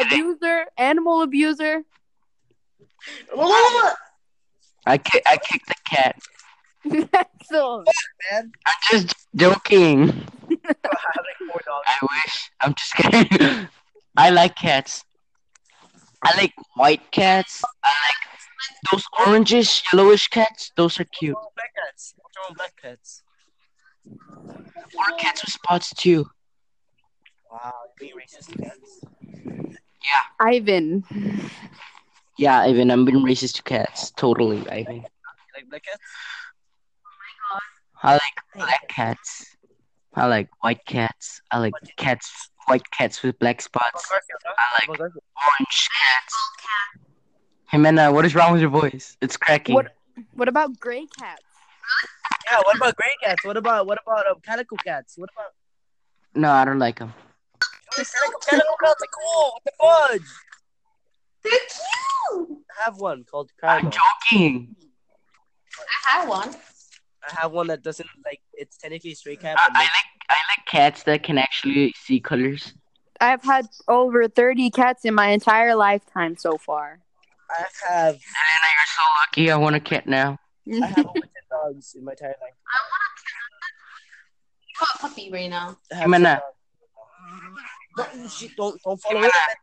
Speaker 1: Ooh, abuser, animal abuser.
Speaker 3: Oh,
Speaker 2: I kick, I kicked the cat.
Speaker 1: Axel.
Speaker 4: Man,
Speaker 2: I'm just joking.
Speaker 4: I have like four dollars.
Speaker 2: I wish. I'm just kidding. I like cats. I like white cats. I like those orangish, yellowish cats. Those are cute.
Speaker 4: Oh, black cats. What's wrong with black cats?
Speaker 2: Or cats with spots too.
Speaker 4: Wow, being racist cats.
Speaker 1: Ivan.
Speaker 2: Yeah, Ivan, I'm being racist to cats. Totally, Ivan.
Speaker 4: Like black cats?
Speaker 2: I like black cats. I like white cats. I like cats, white cats with black spots.
Speaker 4: Garfield, huh?
Speaker 2: I like
Speaker 4: About Garfield.
Speaker 2: orange cats. Jimena, what is wrong with your voice? It's cracking.
Speaker 1: What- What about gray cats?
Speaker 4: Yeah, what about gray cats? What about what about um, calico cats? What about
Speaker 2: No, I don't like them.
Speaker 4: Dude, calico, calico cats are cool? What the fudge?
Speaker 3: they're cute.
Speaker 4: I have one called
Speaker 2: I'm
Speaker 4: calico.
Speaker 2: joking.
Speaker 3: I had one.
Speaker 4: I have one that doesn't like it's technically stray cat.
Speaker 2: I,
Speaker 4: but
Speaker 2: I
Speaker 4: like-
Speaker 2: like I like cats that can actually see colors.
Speaker 1: I've had over 30 cats in my entire lifetime so far.
Speaker 4: I have
Speaker 2: Elena, you're so lucky. I want a cat now.
Speaker 4: I have over ten dogs in my entire life.
Speaker 3: I have a puppy right now.
Speaker 4: I have
Speaker 2: Jimena.
Speaker 4: 10 dogs. Don't, she- don't don't follow
Speaker 2: Jimena.
Speaker 4: it.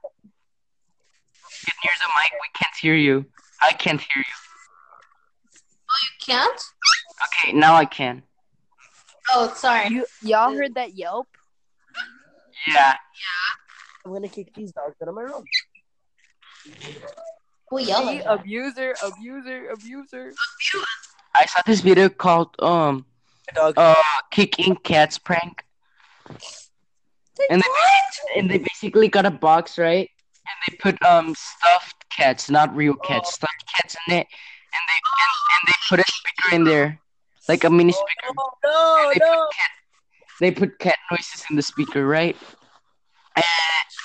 Speaker 2: Get near the mic. We can't hear you. I can't hear you.
Speaker 3: can't?
Speaker 2: Okay, now I can.
Speaker 3: Oh, sorry.
Speaker 1: You y'all heard that yelp?
Speaker 2: Yeah.
Speaker 4: I'm gonna kick these dogs out of my room.
Speaker 3: We yell
Speaker 1: See,
Speaker 3: at them.
Speaker 1: abuser, abuser, abuser.
Speaker 2: I saw this video called um
Speaker 4: Dog.
Speaker 2: uh kicking cats prank. And they, and they basically got a box, right? And they put um stuffed cats, not real cats, stuffed cats in it. Oh. And they and, and they put a speaker in there. Like a mini speaker.
Speaker 4: Oh, no,
Speaker 2: they,
Speaker 4: no.
Speaker 2: put cat, they put cat noises in the speaker, right? And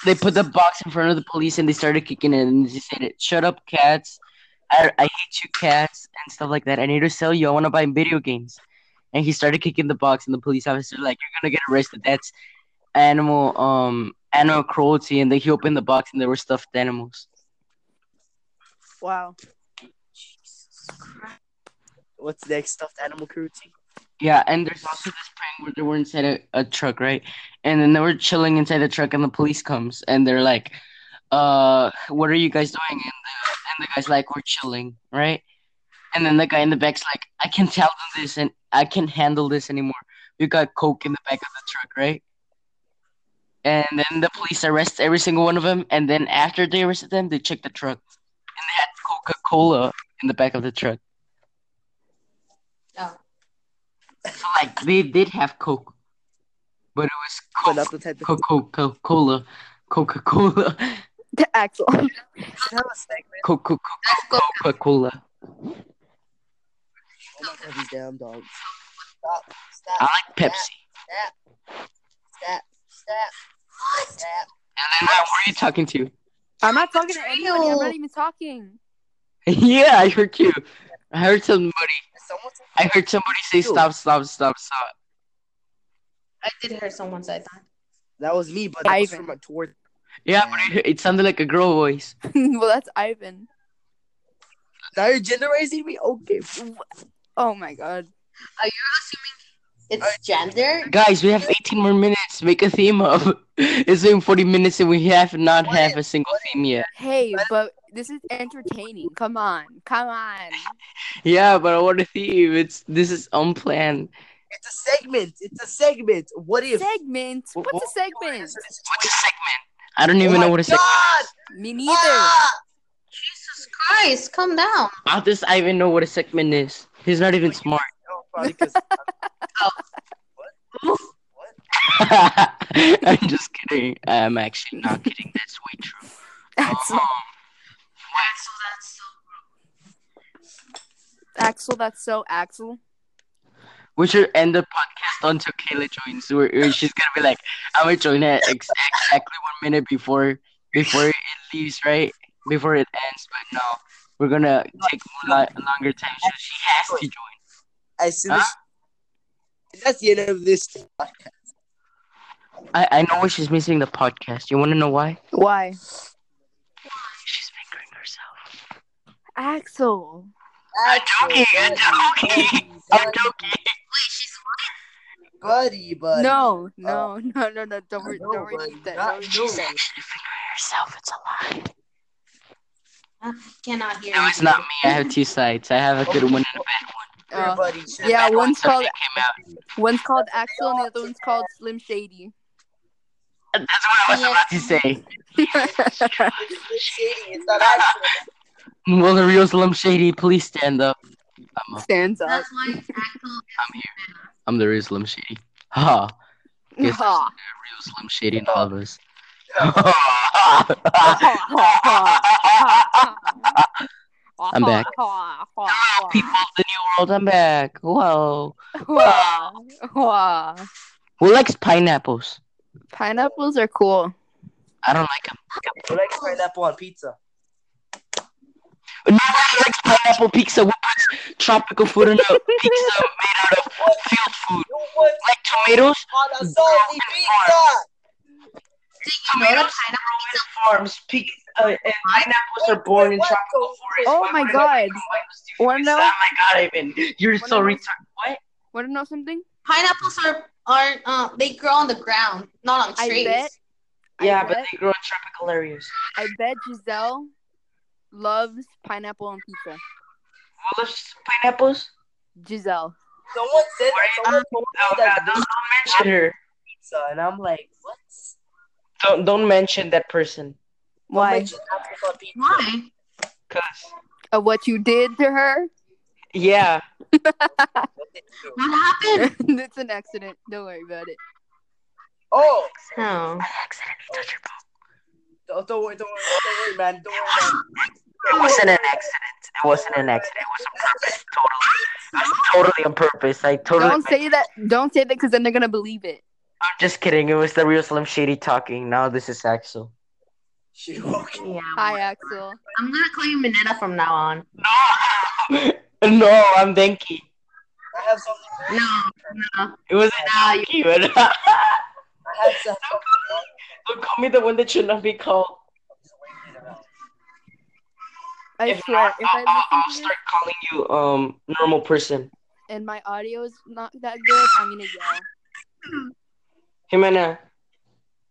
Speaker 2: they put the box in front of the police and they started kicking it and they said it. Shut up, cats. I, I hate you, cats, and stuff like that. I need to sell you. I want to buy video games. And he started kicking the box, and the police officer like, "You're gonna get arrested. That's animal um animal cruelty." And then he opened the box, and there were stuffed animals.
Speaker 1: Wow.
Speaker 4: What's next? Stuffed animal cruelty.
Speaker 2: Yeah, and there's also this prank where they were inside a, a truck, right? And then they were chilling inside the truck, and the police comes, and they're like, "Uh, what are you guys doing?" And the, and the guy's like, "We're chilling," right? And then the guy in the back's like, "I can tell them this, and I can't handle this anymore. You got coke in the back of the truck, right?" And then the police arrest every single one of them, and then after they arrested them, they checked the truck, and they had Coca Cola in the back of the truck.
Speaker 3: Oh.
Speaker 2: So like they did have Coke, but it
Speaker 4: But
Speaker 2: was
Speaker 4: not
Speaker 2: Coke,
Speaker 4: the type of.
Speaker 2: Coca Cola, Coca Cola,
Speaker 1: Axel.
Speaker 4: Should have a segment.
Speaker 2: Coca Coca Cola.
Speaker 4: Oh my god, these damn dogs.
Speaker 2: I like Pepsi.
Speaker 4: Stop. Stop. Stop.
Speaker 2: And then uh, who are you talking to?
Speaker 1: I'm not talking to anybody. I'm
Speaker 3: Ew.
Speaker 1: not even talking.
Speaker 2: yeah, I heard you. I heard somebody.
Speaker 4: Someone's
Speaker 2: I heard somebody say stop, stop, stop, stop.
Speaker 3: I did hear someone say that.
Speaker 4: That was me, but that was
Speaker 1: Ivan.
Speaker 4: from a toward.
Speaker 2: Yeah, but I heard- it sounded like a girl voice.
Speaker 1: well, that's Ivan.
Speaker 4: Now you're genderizing me? Okay.
Speaker 1: Oh my god.
Speaker 3: It's gender.
Speaker 2: Guys, we have 18 more minutes. Make a theme up. It's been 40 minutes and we have not
Speaker 4: What
Speaker 2: have a single theme yet.
Speaker 1: Hey, but this is entertaining. Come on. Come on.
Speaker 2: Yeah, but I want a theme. It's this is unplanned.
Speaker 4: It's a segment. It's a segment. What if?
Speaker 1: Segment.
Speaker 4: Wha-
Speaker 1: What's a
Speaker 4: what
Speaker 1: segment?
Speaker 4: is this?
Speaker 2: What's a segment? I don't even know what a segment.
Speaker 4: Oh God!
Speaker 1: Me neither.
Speaker 4: Ah!
Speaker 3: Jesus Christ, calm down.
Speaker 2: How does Ivan know what a segment is? He's not even
Speaker 4: Well, you-
Speaker 2: smart.
Speaker 4: Oh, probably 'cause-
Speaker 2: I'm just kidding. I'm actually not kidding. That's way true.
Speaker 1: Axel,
Speaker 3: Axel,
Speaker 1: Axel,
Speaker 3: that's so
Speaker 1: that's so Axel.
Speaker 2: We should end the podcast until Kayla joins. Where where she's gonna be like, "I'm gonna join it ex- exactly one minute before before it leaves, right? Before it ends." But no, we're gonna take a lot longer time. So she has to join.
Speaker 4: as soon as that's the end of this.
Speaker 2: I I know why she's missing the podcast. You want to know why?
Speaker 1: Why?
Speaker 2: She's fingering herself.
Speaker 1: Axel.
Speaker 2: I'm joking. I'm joking. I'm joking.
Speaker 4: buddy, buddy.
Speaker 1: No, no, no, no, no. Don't, re-
Speaker 4: No,
Speaker 1: don't
Speaker 4: buddy,
Speaker 1: repeat that.
Speaker 4: not-
Speaker 1: Don't repeat
Speaker 4: no.
Speaker 2: She's actually fingering herself. It's a lie.
Speaker 3: I cannot hear
Speaker 2: No, it's not me. I have two sides. I have a good one and a bad one.
Speaker 4: Here,
Speaker 1: Uh,
Speaker 4: buddy. Shut
Speaker 1: yeah,
Speaker 4: up.
Speaker 2: Bad
Speaker 1: one's
Speaker 2: something
Speaker 1: called
Speaker 2: came out.
Speaker 1: one's called Axel and the other one's called Slim Shady.
Speaker 2: That's what I was
Speaker 3: Yeah.
Speaker 2: about to say.
Speaker 4: It's shady. It's not actual.
Speaker 2: Will the real Slim Shady please stand up? I'm, up.
Speaker 1: Stands up.
Speaker 3: That's why Axel
Speaker 2: I'm here. I'm the real Slim Shady. Ha! Yes.
Speaker 1: Ha.
Speaker 2: The real Slim Shady in all of us.
Speaker 1: Ha, ha, ha, ha, ha.
Speaker 2: I'm back.
Speaker 1: Ha, ha,
Speaker 2: Hello, people of the new world. I'm back. Whoa.
Speaker 1: ha, ha, ha.
Speaker 2: Who likes pineapples?
Speaker 1: Pineapples are cool.
Speaker 2: I don't like them.
Speaker 4: Who likes pineapple on pizza?
Speaker 2: Nobody likes pineapple pizza. Who puts tropical food in a pizza made out of field food?
Speaker 4: You want
Speaker 2: Like tomatoes?
Speaker 4: on a salty pizza?
Speaker 2: Tomatoes grow in farms. Pe- uh, and pineapples are born in
Speaker 4: What?
Speaker 2: tropical forests.
Speaker 1: Oh
Speaker 2: Why
Speaker 1: my
Speaker 2: would I
Speaker 1: God.
Speaker 2: combine those two
Speaker 1: Wanna
Speaker 2: foods?
Speaker 1: know?
Speaker 2: Oh my god, Ivan, you're
Speaker 1: Wanna
Speaker 2: so
Speaker 1: know?
Speaker 2: retarded. What?
Speaker 1: Want to know something?
Speaker 3: pineapples are are uh, they grow on the ground, not on
Speaker 1: I
Speaker 3: trees.
Speaker 1: bet. I
Speaker 2: Yeah, but
Speaker 1: bet-
Speaker 2: they grow in tropical areas.
Speaker 1: I bet Giselle loves pineapple on pizza.
Speaker 2: Who loves pineapples?
Speaker 1: Giselle.
Speaker 4: Someone said that someone told
Speaker 2: No, no,
Speaker 4: me that
Speaker 2: don't, Oh, don't mention her.
Speaker 4: pizza, and I'm like, what?
Speaker 2: Don't don't mention that person.
Speaker 4: Don't mention that about pizza.
Speaker 3: Why?
Speaker 2: Cause
Speaker 1: Of what you did to her?
Speaker 2: yeah,
Speaker 4: What did you do?
Speaker 3: What happened?
Speaker 1: it's an accident. Don't worry about it.
Speaker 4: Oh,
Speaker 3: Oh.
Speaker 4: don't, don't worry, don't worry, don't worry, man, don't worry, man.
Speaker 2: it wasn't an accident. It wasn't an accident. It was on purpose. Totally, It was totally on purpose. I totally.
Speaker 1: Don't say that. Don't say that because then they're gonna believe it.
Speaker 2: I'm just kidding. It was the real Slim Shady talking. Now this is Axel.
Speaker 4: She okay.
Speaker 3: Yeah.
Speaker 1: Hi, Axel.
Speaker 3: I'm gonna call you Minetta from now on.
Speaker 2: No, no, I'm Denki.
Speaker 4: I have something.
Speaker 3: No, no.
Speaker 2: It was
Speaker 3: Nah,
Speaker 2: not Denki. but- Don't
Speaker 4: I have something.
Speaker 2: call me the one that should not be called.
Speaker 1: I
Speaker 2: If
Speaker 1: swear,
Speaker 2: not,
Speaker 1: if
Speaker 2: I'll, I'll,
Speaker 1: I
Speaker 2: I'll
Speaker 1: listen to
Speaker 2: start calling you um normal person.
Speaker 1: this and my audio is not that good, I'm gonna yell.
Speaker 2: Jimena,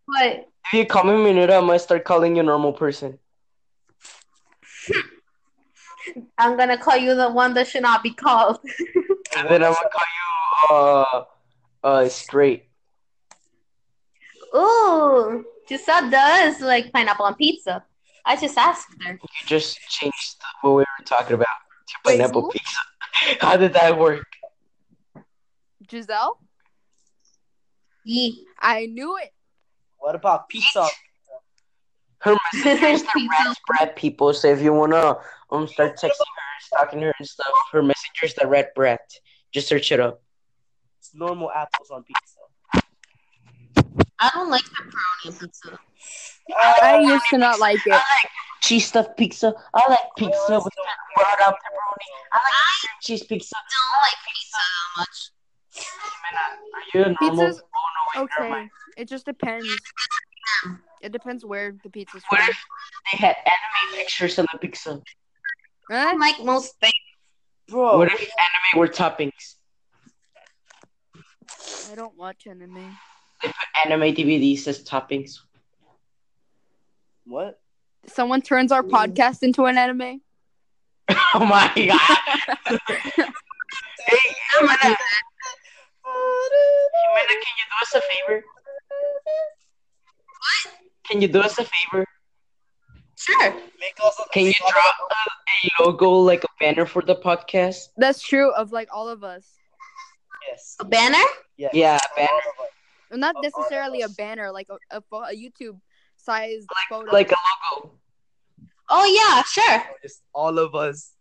Speaker 3: What?
Speaker 2: if you call me Minura, I'm gonna start calling you normal person.
Speaker 3: I'm gonna call you the one that should not be called.
Speaker 2: And then I'm gonna call you uh uh straight.
Speaker 3: Ooh, Giselle does like pineapple on pizza. I just asked her.
Speaker 2: You just changed what we were talking about to pineapple
Speaker 1: who?
Speaker 2: pizza. How did that work?
Speaker 1: Giselle?
Speaker 3: Yee.
Speaker 1: I knew it.
Speaker 4: What about pizza?
Speaker 2: Her messenger is the
Speaker 3: Pizza.
Speaker 2: rat brat people. So if you wanna um start texting her, stalking her and stuff, her messenger is the rat brat. Just search it up.
Speaker 4: Normal apples on pizza.
Speaker 3: I don't like pepperoni on pizza.
Speaker 1: I used to not like it.
Speaker 2: I like cheese stuffed pizza. I like
Speaker 1: Oh,
Speaker 2: pizza with brought up pepperoni. I like cream cheese pizza.
Speaker 3: Don't like pizza that much.
Speaker 2: Jimena, are you a normal?
Speaker 1: Pizza's
Speaker 2: Oh no, wait, never
Speaker 1: Okay.
Speaker 2: mind.
Speaker 1: It just depends. It depends where the pizza's
Speaker 2: What
Speaker 1: from.
Speaker 2: if they had anime pictures on the pizza?
Speaker 3: I
Speaker 1: Huh?
Speaker 3: don't like most things.
Speaker 1: Oh.
Speaker 4: Bro,
Speaker 2: what if anime were toppings?
Speaker 1: I don't watch anime.
Speaker 2: Anime DVD says toppings.
Speaker 4: what?
Speaker 1: Someone turns our podcast into an anime.
Speaker 2: oh my god. hey, Jimena, Jimena, can you do us a favor?
Speaker 3: What?
Speaker 2: Can you do us a favor?
Speaker 3: Sure.
Speaker 4: Make us a-
Speaker 2: Can you draw a, a logo, like a banner for the podcast?
Speaker 1: That's true of like all of us.
Speaker 4: Yes.
Speaker 3: A banner?
Speaker 4: yes.
Speaker 2: Yeah, banner.
Speaker 1: Well,
Speaker 2: Oh,
Speaker 1: not
Speaker 4: Of all of
Speaker 1: necessarily a
Speaker 4: us.
Speaker 1: banner, like a, a, pho- a YouTube sized photo.
Speaker 2: Like a logo.
Speaker 3: Oh yeah, sure.
Speaker 4: Just all of us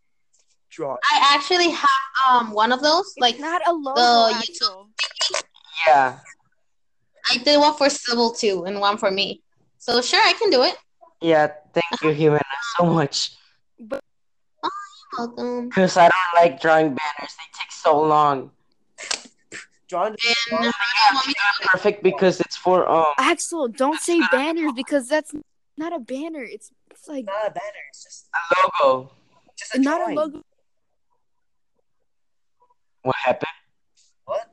Speaker 4: draw.
Speaker 3: I actually have um one of those.
Speaker 1: It's
Speaker 3: Like
Speaker 1: not a logo.
Speaker 3: the
Speaker 1: Axel.
Speaker 2: Yeah.
Speaker 3: I did one for Sybil too, and one for me. So sure, I can do it.
Speaker 2: Yeah, thank you, Jimena, so much.
Speaker 3: Welcome.
Speaker 2: Because I don't like drawing banners, they take so long.
Speaker 4: Drawing
Speaker 3: And uh, want me to-
Speaker 2: Perfect because it's for um
Speaker 1: Axel, don't say banners because that's not a banner. It's it's like
Speaker 4: not a banner. It's just
Speaker 2: a logo.
Speaker 4: just a
Speaker 1: not a
Speaker 4: drawing.
Speaker 1: logo.
Speaker 2: What happened?
Speaker 4: What?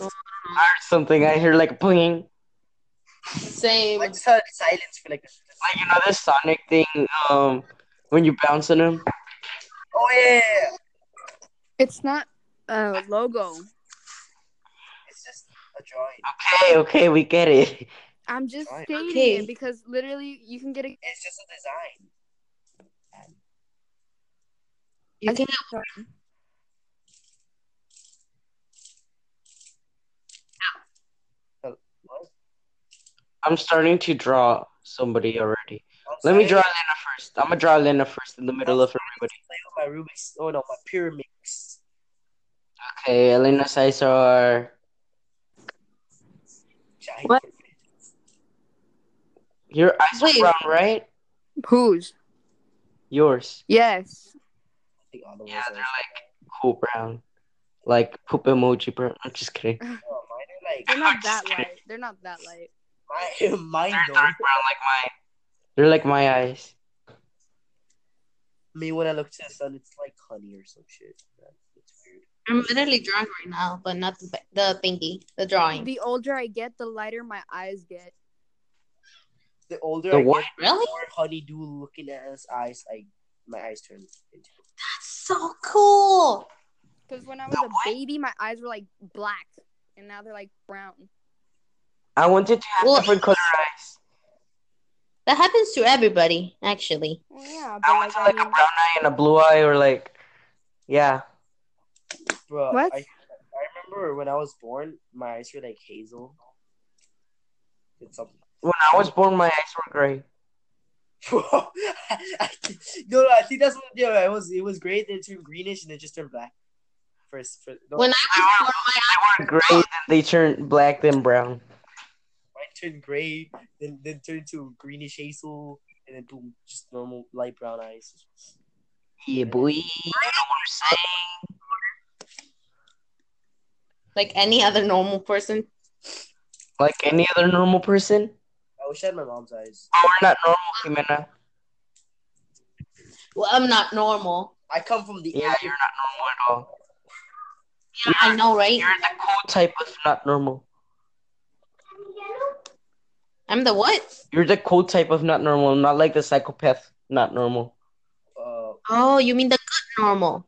Speaker 2: I heard something. I hear like pling.
Speaker 3: same.
Speaker 4: I just heard silence for like.
Speaker 2: Like you know the Sonic thing, um when you bounce on him.
Speaker 4: Oh yeah, yeah, yeah.
Speaker 1: It's not a logo.
Speaker 4: it's just a drawing.
Speaker 2: Okay, okay, we get it.
Speaker 1: I'm just
Speaker 4: Right.
Speaker 1: stating
Speaker 3: Okay.
Speaker 1: it because literally you can get a
Speaker 4: It's just a design.
Speaker 3: You can
Speaker 4: What?
Speaker 2: I'm starting to draw somebody already.
Speaker 4: I'm
Speaker 2: Let me
Speaker 4: sorry.
Speaker 2: draw Lena first. I'm gonna draw Lena first in the middle of everybody.
Speaker 4: Play with my Rubik's. Oh no, my pyramids.
Speaker 2: Okay, Elena Caesar.
Speaker 4: Giant
Speaker 1: What?
Speaker 4: pyramids.
Speaker 2: Your eyes are
Speaker 3: Wait.
Speaker 2: brown, right?
Speaker 1: whose?
Speaker 2: Yours.
Speaker 1: Yes.
Speaker 4: I think all the
Speaker 2: Yeah,
Speaker 4: ones
Speaker 2: they're
Speaker 4: are-
Speaker 2: like cool brown. Like poop emoji brown. I'm just kidding.
Speaker 4: Oh, mine are
Speaker 1: They're
Speaker 4: like
Speaker 1: not that light. They're not that light.
Speaker 4: my, mine
Speaker 2: They're
Speaker 4: though.
Speaker 2: dark brown like mine. They're like my eyes.
Speaker 4: I mean, when I look to the sun, it's like honey or some shit. That's, that's weird.
Speaker 3: I'm literally drawing right now, but not the, the thingy, the drawing.
Speaker 1: The older I get, the lighter my eyes get.
Speaker 4: The older
Speaker 2: The
Speaker 4: I
Speaker 2: what?
Speaker 4: get, the
Speaker 3: Really?
Speaker 4: more honeydew looking at his eyes, I my eyes turn into.
Speaker 3: That's so cool.
Speaker 1: Because when I was a baby, my eyes were like black, and now they're like brown.
Speaker 2: I wanted to have
Speaker 3: Well-
Speaker 2: different color eyes.
Speaker 3: That happens to everybody, actually.
Speaker 1: Well, yeah,
Speaker 2: I
Speaker 1: but
Speaker 2: wanted
Speaker 1: like,
Speaker 2: like
Speaker 1: I
Speaker 2: a
Speaker 1: mean,
Speaker 2: brown eye and a blue eye, or like, yeah.
Speaker 4: Bro,
Speaker 1: What?
Speaker 4: I, I remember when I was born, my eyes were like hazel. It's something.
Speaker 2: When I was born, my eyes were gray.
Speaker 4: Bro, I, no, I think that's what yeah, it was. It was great. Then it turned greenish and it just turned black. First, for, no,
Speaker 3: When I was born,
Speaker 2: They were gray, then they turned black, then brown.
Speaker 4: mine turned gray, then then turned to greenish hazel, and then boom, just normal light brown eyes.
Speaker 2: Yeah, boy. You know what I'm saying?
Speaker 3: like any other normal person.
Speaker 2: Like any other normal person.
Speaker 4: I wish I had my mom's eyes.
Speaker 2: We're not normal, Jimena.
Speaker 3: Well, I'm not normal.
Speaker 4: I come from the
Speaker 2: Yeah, you're not normal at all.
Speaker 3: Yeah, I know, right?
Speaker 2: You're the cool type of not normal.
Speaker 3: I'm the what?
Speaker 2: You're the cool type of not normal, not like the psychopath not normal.
Speaker 4: uh,
Speaker 3: Oh, you mean the good normal?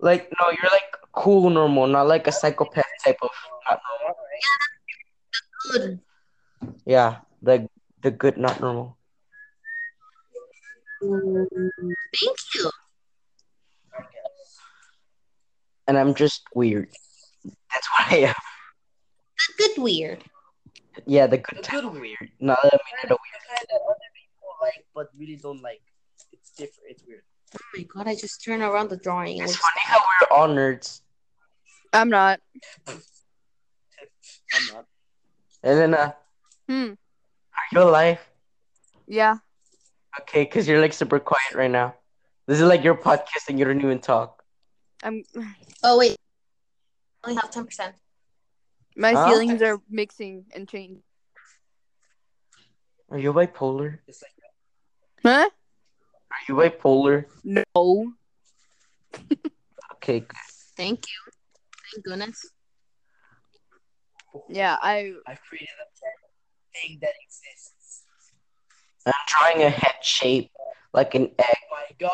Speaker 2: Like no, you're like cool normal, not like a psychopath type of not normal.
Speaker 3: Good.
Speaker 2: Yeah, the the good not normal.
Speaker 3: Thank you.
Speaker 2: And I'm just weird. That's what I am.
Speaker 3: The good weird.
Speaker 2: Yeah, the good
Speaker 4: the
Speaker 2: type.
Speaker 4: good weird.
Speaker 2: No, I mean
Speaker 4: Kind
Speaker 2: the
Speaker 4: of
Speaker 2: weird.
Speaker 4: kind of other people like, but really don't like. It's different. It's weird.
Speaker 3: Oh my god, I just turned around the drawing. It
Speaker 2: It's
Speaker 3: looks-
Speaker 2: funny how we're all nerds.
Speaker 1: I'm not.
Speaker 4: I'm not.
Speaker 2: Elena,
Speaker 1: Hmm.
Speaker 2: are you alive?
Speaker 1: Yeah.
Speaker 2: Okay, because you're like super quiet right now. This is like your podcast and you don't even talk.
Speaker 1: I'm.
Speaker 3: Oh wait. I only have ten percent.
Speaker 1: My
Speaker 2: Huh?
Speaker 1: feelings are mixing and changing.
Speaker 2: Are you bipolar?
Speaker 4: It's like
Speaker 1: Huh?
Speaker 2: Are you bipolar?
Speaker 1: No.
Speaker 2: Okay,
Speaker 3: Thank you. Thank goodness.
Speaker 1: Yeah. I.
Speaker 4: I've created a thing that exists.
Speaker 2: I'm drawing a head shape like an egg.
Speaker 4: Oh my god.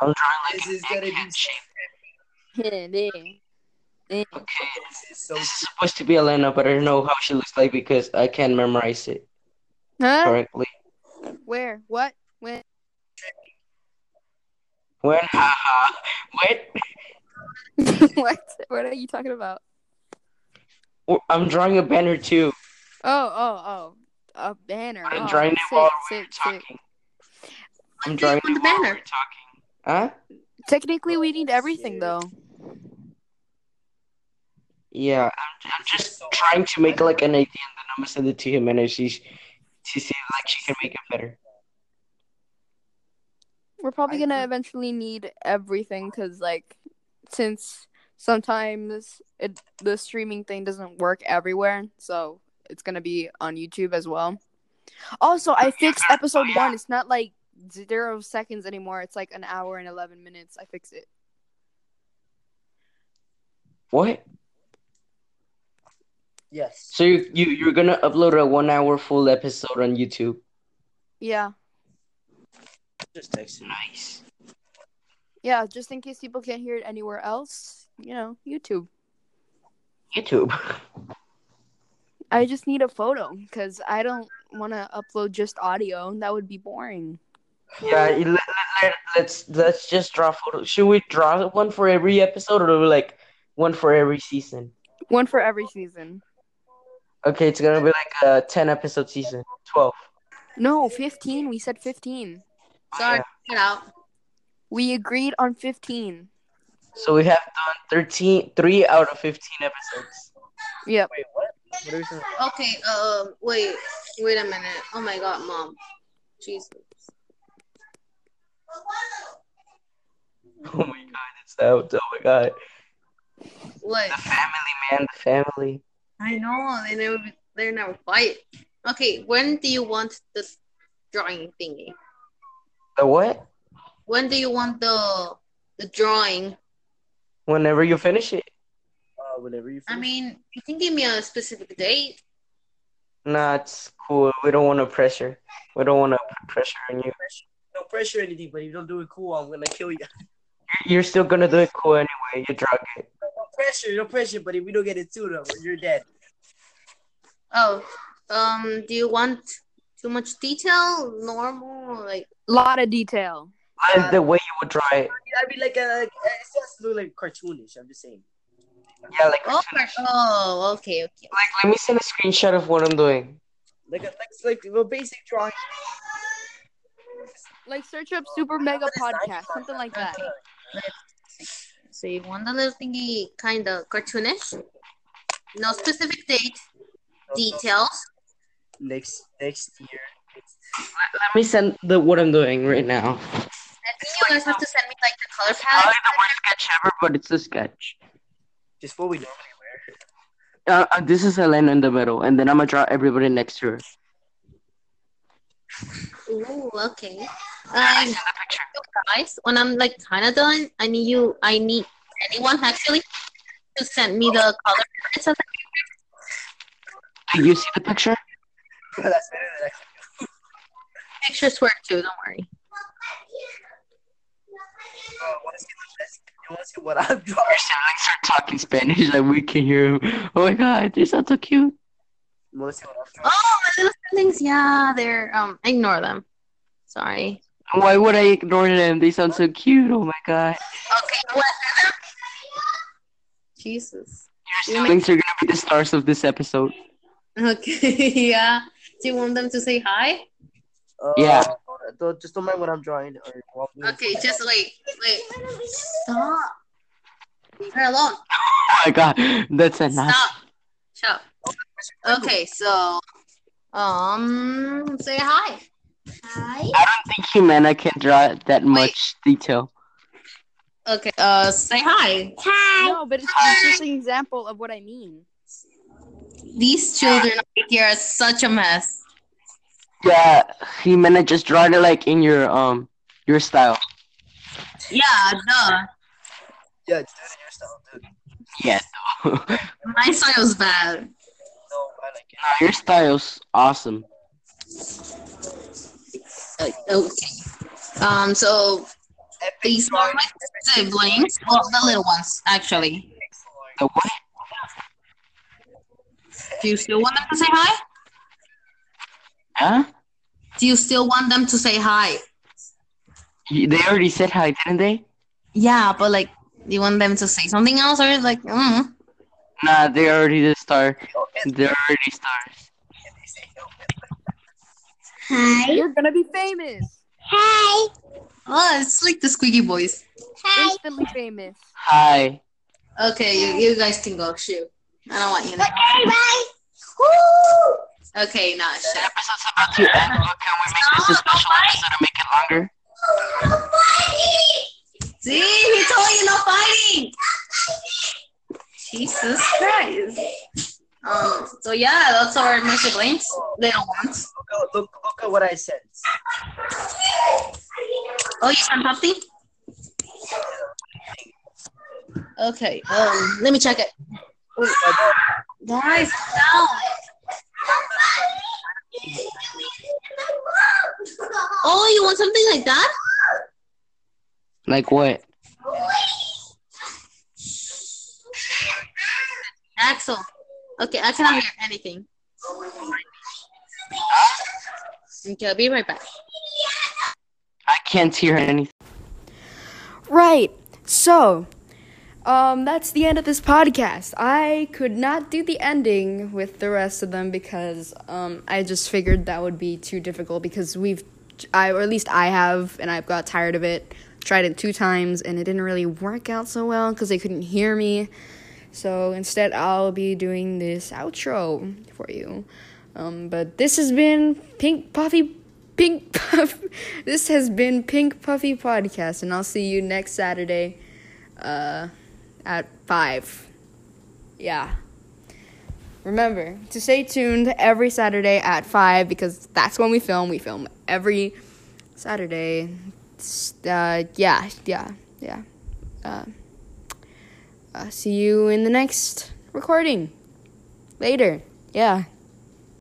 Speaker 2: I'm drawing like
Speaker 4: This
Speaker 2: an
Speaker 4: is gonna
Speaker 2: egg
Speaker 4: be
Speaker 2: head shape. Okay,
Speaker 4: This is so
Speaker 2: this is supposed to be Elena, but I don't know how she looks like because I can't memorize it
Speaker 1: Huh?
Speaker 2: correctly.
Speaker 1: Where? What? When?
Speaker 2: When? Haha. What?
Speaker 1: what? What are you talking about?
Speaker 2: Oh, I'm drawing a banner too.
Speaker 1: Oh, oh, oh. A banner.
Speaker 2: I'm
Speaker 1: oh,
Speaker 2: drawing it
Speaker 1: sick,
Speaker 2: while we're
Speaker 1: sick, sick.
Speaker 2: talking. I'm drawing
Speaker 3: on
Speaker 2: it
Speaker 3: the
Speaker 2: while
Speaker 3: banner?
Speaker 2: we're talking. Huh?
Speaker 1: Technically, we need everything
Speaker 4: Shit.
Speaker 1: though.
Speaker 2: Yeah, I'm, I'm just trying to make like an idea, and then I'm gonna send it to him, and she to see if, like she can make it better.
Speaker 1: We're probably
Speaker 4: I
Speaker 1: gonna
Speaker 4: agree.
Speaker 1: eventually need everything because, like, since sometimes it the streaming thing doesn't work everywhere, so it's gonna be on YouTube as well. Also, I fixed episode one. It's not like zero seconds anymore. It's like an hour and eleven minutes. I fixed it.
Speaker 2: What?
Speaker 4: yes.
Speaker 2: So you, you you're gonna upload a one hour full episode on YouTube?
Speaker 1: Yeah,
Speaker 4: Just text me.
Speaker 2: Nice.
Speaker 1: yeah. Just in case people can't hear it anywhere else, you know, YouTube.
Speaker 2: YouTube.
Speaker 1: I just need a photo because I don't want to upload just audio. That would be boring.
Speaker 2: Yeah, you- let, us let's just draw photos. Should we draw one for every episode or like one for every season?
Speaker 1: One for every season.
Speaker 2: Okay, it's gonna be like a ten episode season. Twelve.
Speaker 1: No, 15. We said 15.
Speaker 3: Sorry, cut out.
Speaker 1: We agreed on 15.
Speaker 2: So we have done 13, three out of fifteen episodes.
Speaker 1: Yep.
Speaker 4: Wait, what? What are we talking about?
Speaker 3: Okay, um, wait, wait a minute. Oh my god, mom. Jesus.
Speaker 2: Oh my god, it's out. Oh my god,
Speaker 3: What?
Speaker 2: the family man, the family.
Speaker 3: I know they never they never quiet. Okay, when do you want the drawing thingy?
Speaker 2: The what?
Speaker 3: When do you want the the drawing?
Speaker 2: Whenever you finish it.
Speaker 4: Uh, whenever you.
Speaker 3: I
Speaker 4: finish.
Speaker 3: mean, you can give me a specific date.
Speaker 2: Nah, it's cool. We don't want to pressure. We don't want to put pressure on you.
Speaker 4: no pressure or anything, but if you don't do it cool, I'm gonna kill you.
Speaker 2: You're still gonna do it cool anyway. it. You drug it.
Speaker 4: No pressure, no pressure. But if we don't get it too, though, you're dead.
Speaker 3: Oh, um, do you want too much detail? Normal, like
Speaker 5: lot of detail.
Speaker 2: That is the way you would try it.
Speaker 4: That'd be like a. It's just look like cartoonish. I'm just saying.
Speaker 2: Yeah, like,
Speaker 3: oh, oh, okay, okay.
Speaker 2: like let me send a screenshot of what I'm doing.
Speaker 4: Like a like like a basic drawing.
Speaker 5: Like search up super mega podcast, something like that.
Speaker 3: So you want a little thingy, kind of cartoonish. No specific date, details.
Speaker 4: Next next year.
Speaker 2: Let me send the what I'm doing right now.
Speaker 3: And then you guys have to send me like the color
Speaker 2: Probably
Speaker 3: palette.
Speaker 2: the worst sketch ever, but it's a sketch.
Speaker 4: Just what we normally
Speaker 2: Uh, uh, this is Elena in the middle, and then I'm gonna draw everybody next to her.
Speaker 3: Ooh, okay. Um, guys, when I'm like kind of done, I need you. I need anyone actually to send me the color palettes of
Speaker 2: Do you see the picture?
Speaker 4: wear. That's better than actually.
Speaker 3: the pictures work too. Don't worry.
Speaker 4: Uh, wanna see the best? You want to see what I'm
Speaker 2: Your
Speaker 4: drawing?
Speaker 2: siblings are talking Spanish, like we can hear them. Oh my god, they sound so cute.
Speaker 4: You want to see what I'm drawing?
Speaker 3: Oh, my little siblings. Yeah, they're um. Ignore them. Sorry.
Speaker 2: Why would I ignore them? They sound so cute. Oh my god.
Speaker 3: Okay. What? Jesus.
Speaker 2: Your siblings are gonna be the stars of this episode. Oh
Speaker 3: Okay. yeah. Do you want them to say hi?
Speaker 4: Uh,
Speaker 2: Yeah.
Speaker 4: don't- Don't, just don't mind what I'm drawing. Or what I'm doing.
Speaker 3: Okay. Just wait. Wait. Stop. Leave her alone.
Speaker 2: Oh my god, that's enough.
Speaker 3: Stop. Shut up. Okay, so um say hi. Hi.
Speaker 2: I don't think Humana can draw that much detail.
Speaker 3: Okay, uh say hi. Hi.
Speaker 5: No, but it's, it's just an example of what I mean.
Speaker 3: These children over here are such a mess.
Speaker 2: Yeah, Humana just draw it like in your um your style.
Speaker 3: Yeah, duh.
Speaker 4: Yeah, just do it in your style, dude.
Speaker 2: Yeah. no,
Speaker 3: My style is bad.
Speaker 4: No, I like it.
Speaker 2: your style's awesome.
Speaker 3: Uh, Okay. Um so
Speaker 4: Epic
Speaker 3: these are
Speaker 4: drawing.
Speaker 3: my siblings. Well the little ones actually.
Speaker 2: The what?
Speaker 3: Do you still want them to say hi?
Speaker 2: Huh?
Speaker 3: Do you still want them to say hi?
Speaker 2: You- They already said hi, didn't they?
Speaker 3: Yeah, but like you want them to say something else or like mm.
Speaker 2: Nah, they already the star.
Speaker 4: Oh, yes,
Speaker 2: They're already stars.
Speaker 4: they say no.
Speaker 3: Hi.
Speaker 5: You're gonna be famous.
Speaker 3: Hi. Oh, it's like the squeaky voice.
Speaker 5: Instantly famous.
Speaker 2: Hi.
Speaker 3: Okay, you, you guys can go. Shoot. I don't want you. To...
Speaker 6: Okay, bye.
Speaker 3: Okay, nah, shut up.
Speaker 2: episode's about to end. Well, can we make this a special episode and make it longer?
Speaker 3: See, he told you no fighting. Jesus Christ. Um. So yeah, that's our my siblings. They don't want.
Speaker 4: Look, at- look, look at what I sent.
Speaker 3: Oh, you sent something? Okay. Um. Let me check it.
Speaker 4: Look, I
Speaker 3: Guys, no. Oh, you want something like that?
Speaker 2: Like what?
Speaker 3: Axel. Okay, I cannot hear anything. Okay, I'll be right back.
Speaker 2: I can't hear anything.
Speaker 1: Right. So, um, that's the end of this podcast. I could not do the ending with the rest of them because um, I just figured that would be too difficult because we've, I or at least I have, and I've got tired of it. Tried it two times and it didn't really work out so well because they couldn't hear me. So instead, I'll be doing this outro for you. Um, but this has been Pink Puffy Pink Puff. This has been Pink Puffy Podcast, and I'll see you next Saturday uh, at 5. Yeah. Remember to stay tuned every Saturday at 5 because that's when we film. We film every Saturday. S- Uh, yeah, yeah, yeah. Uh, uh, see you in the next recording. Later. Yeah.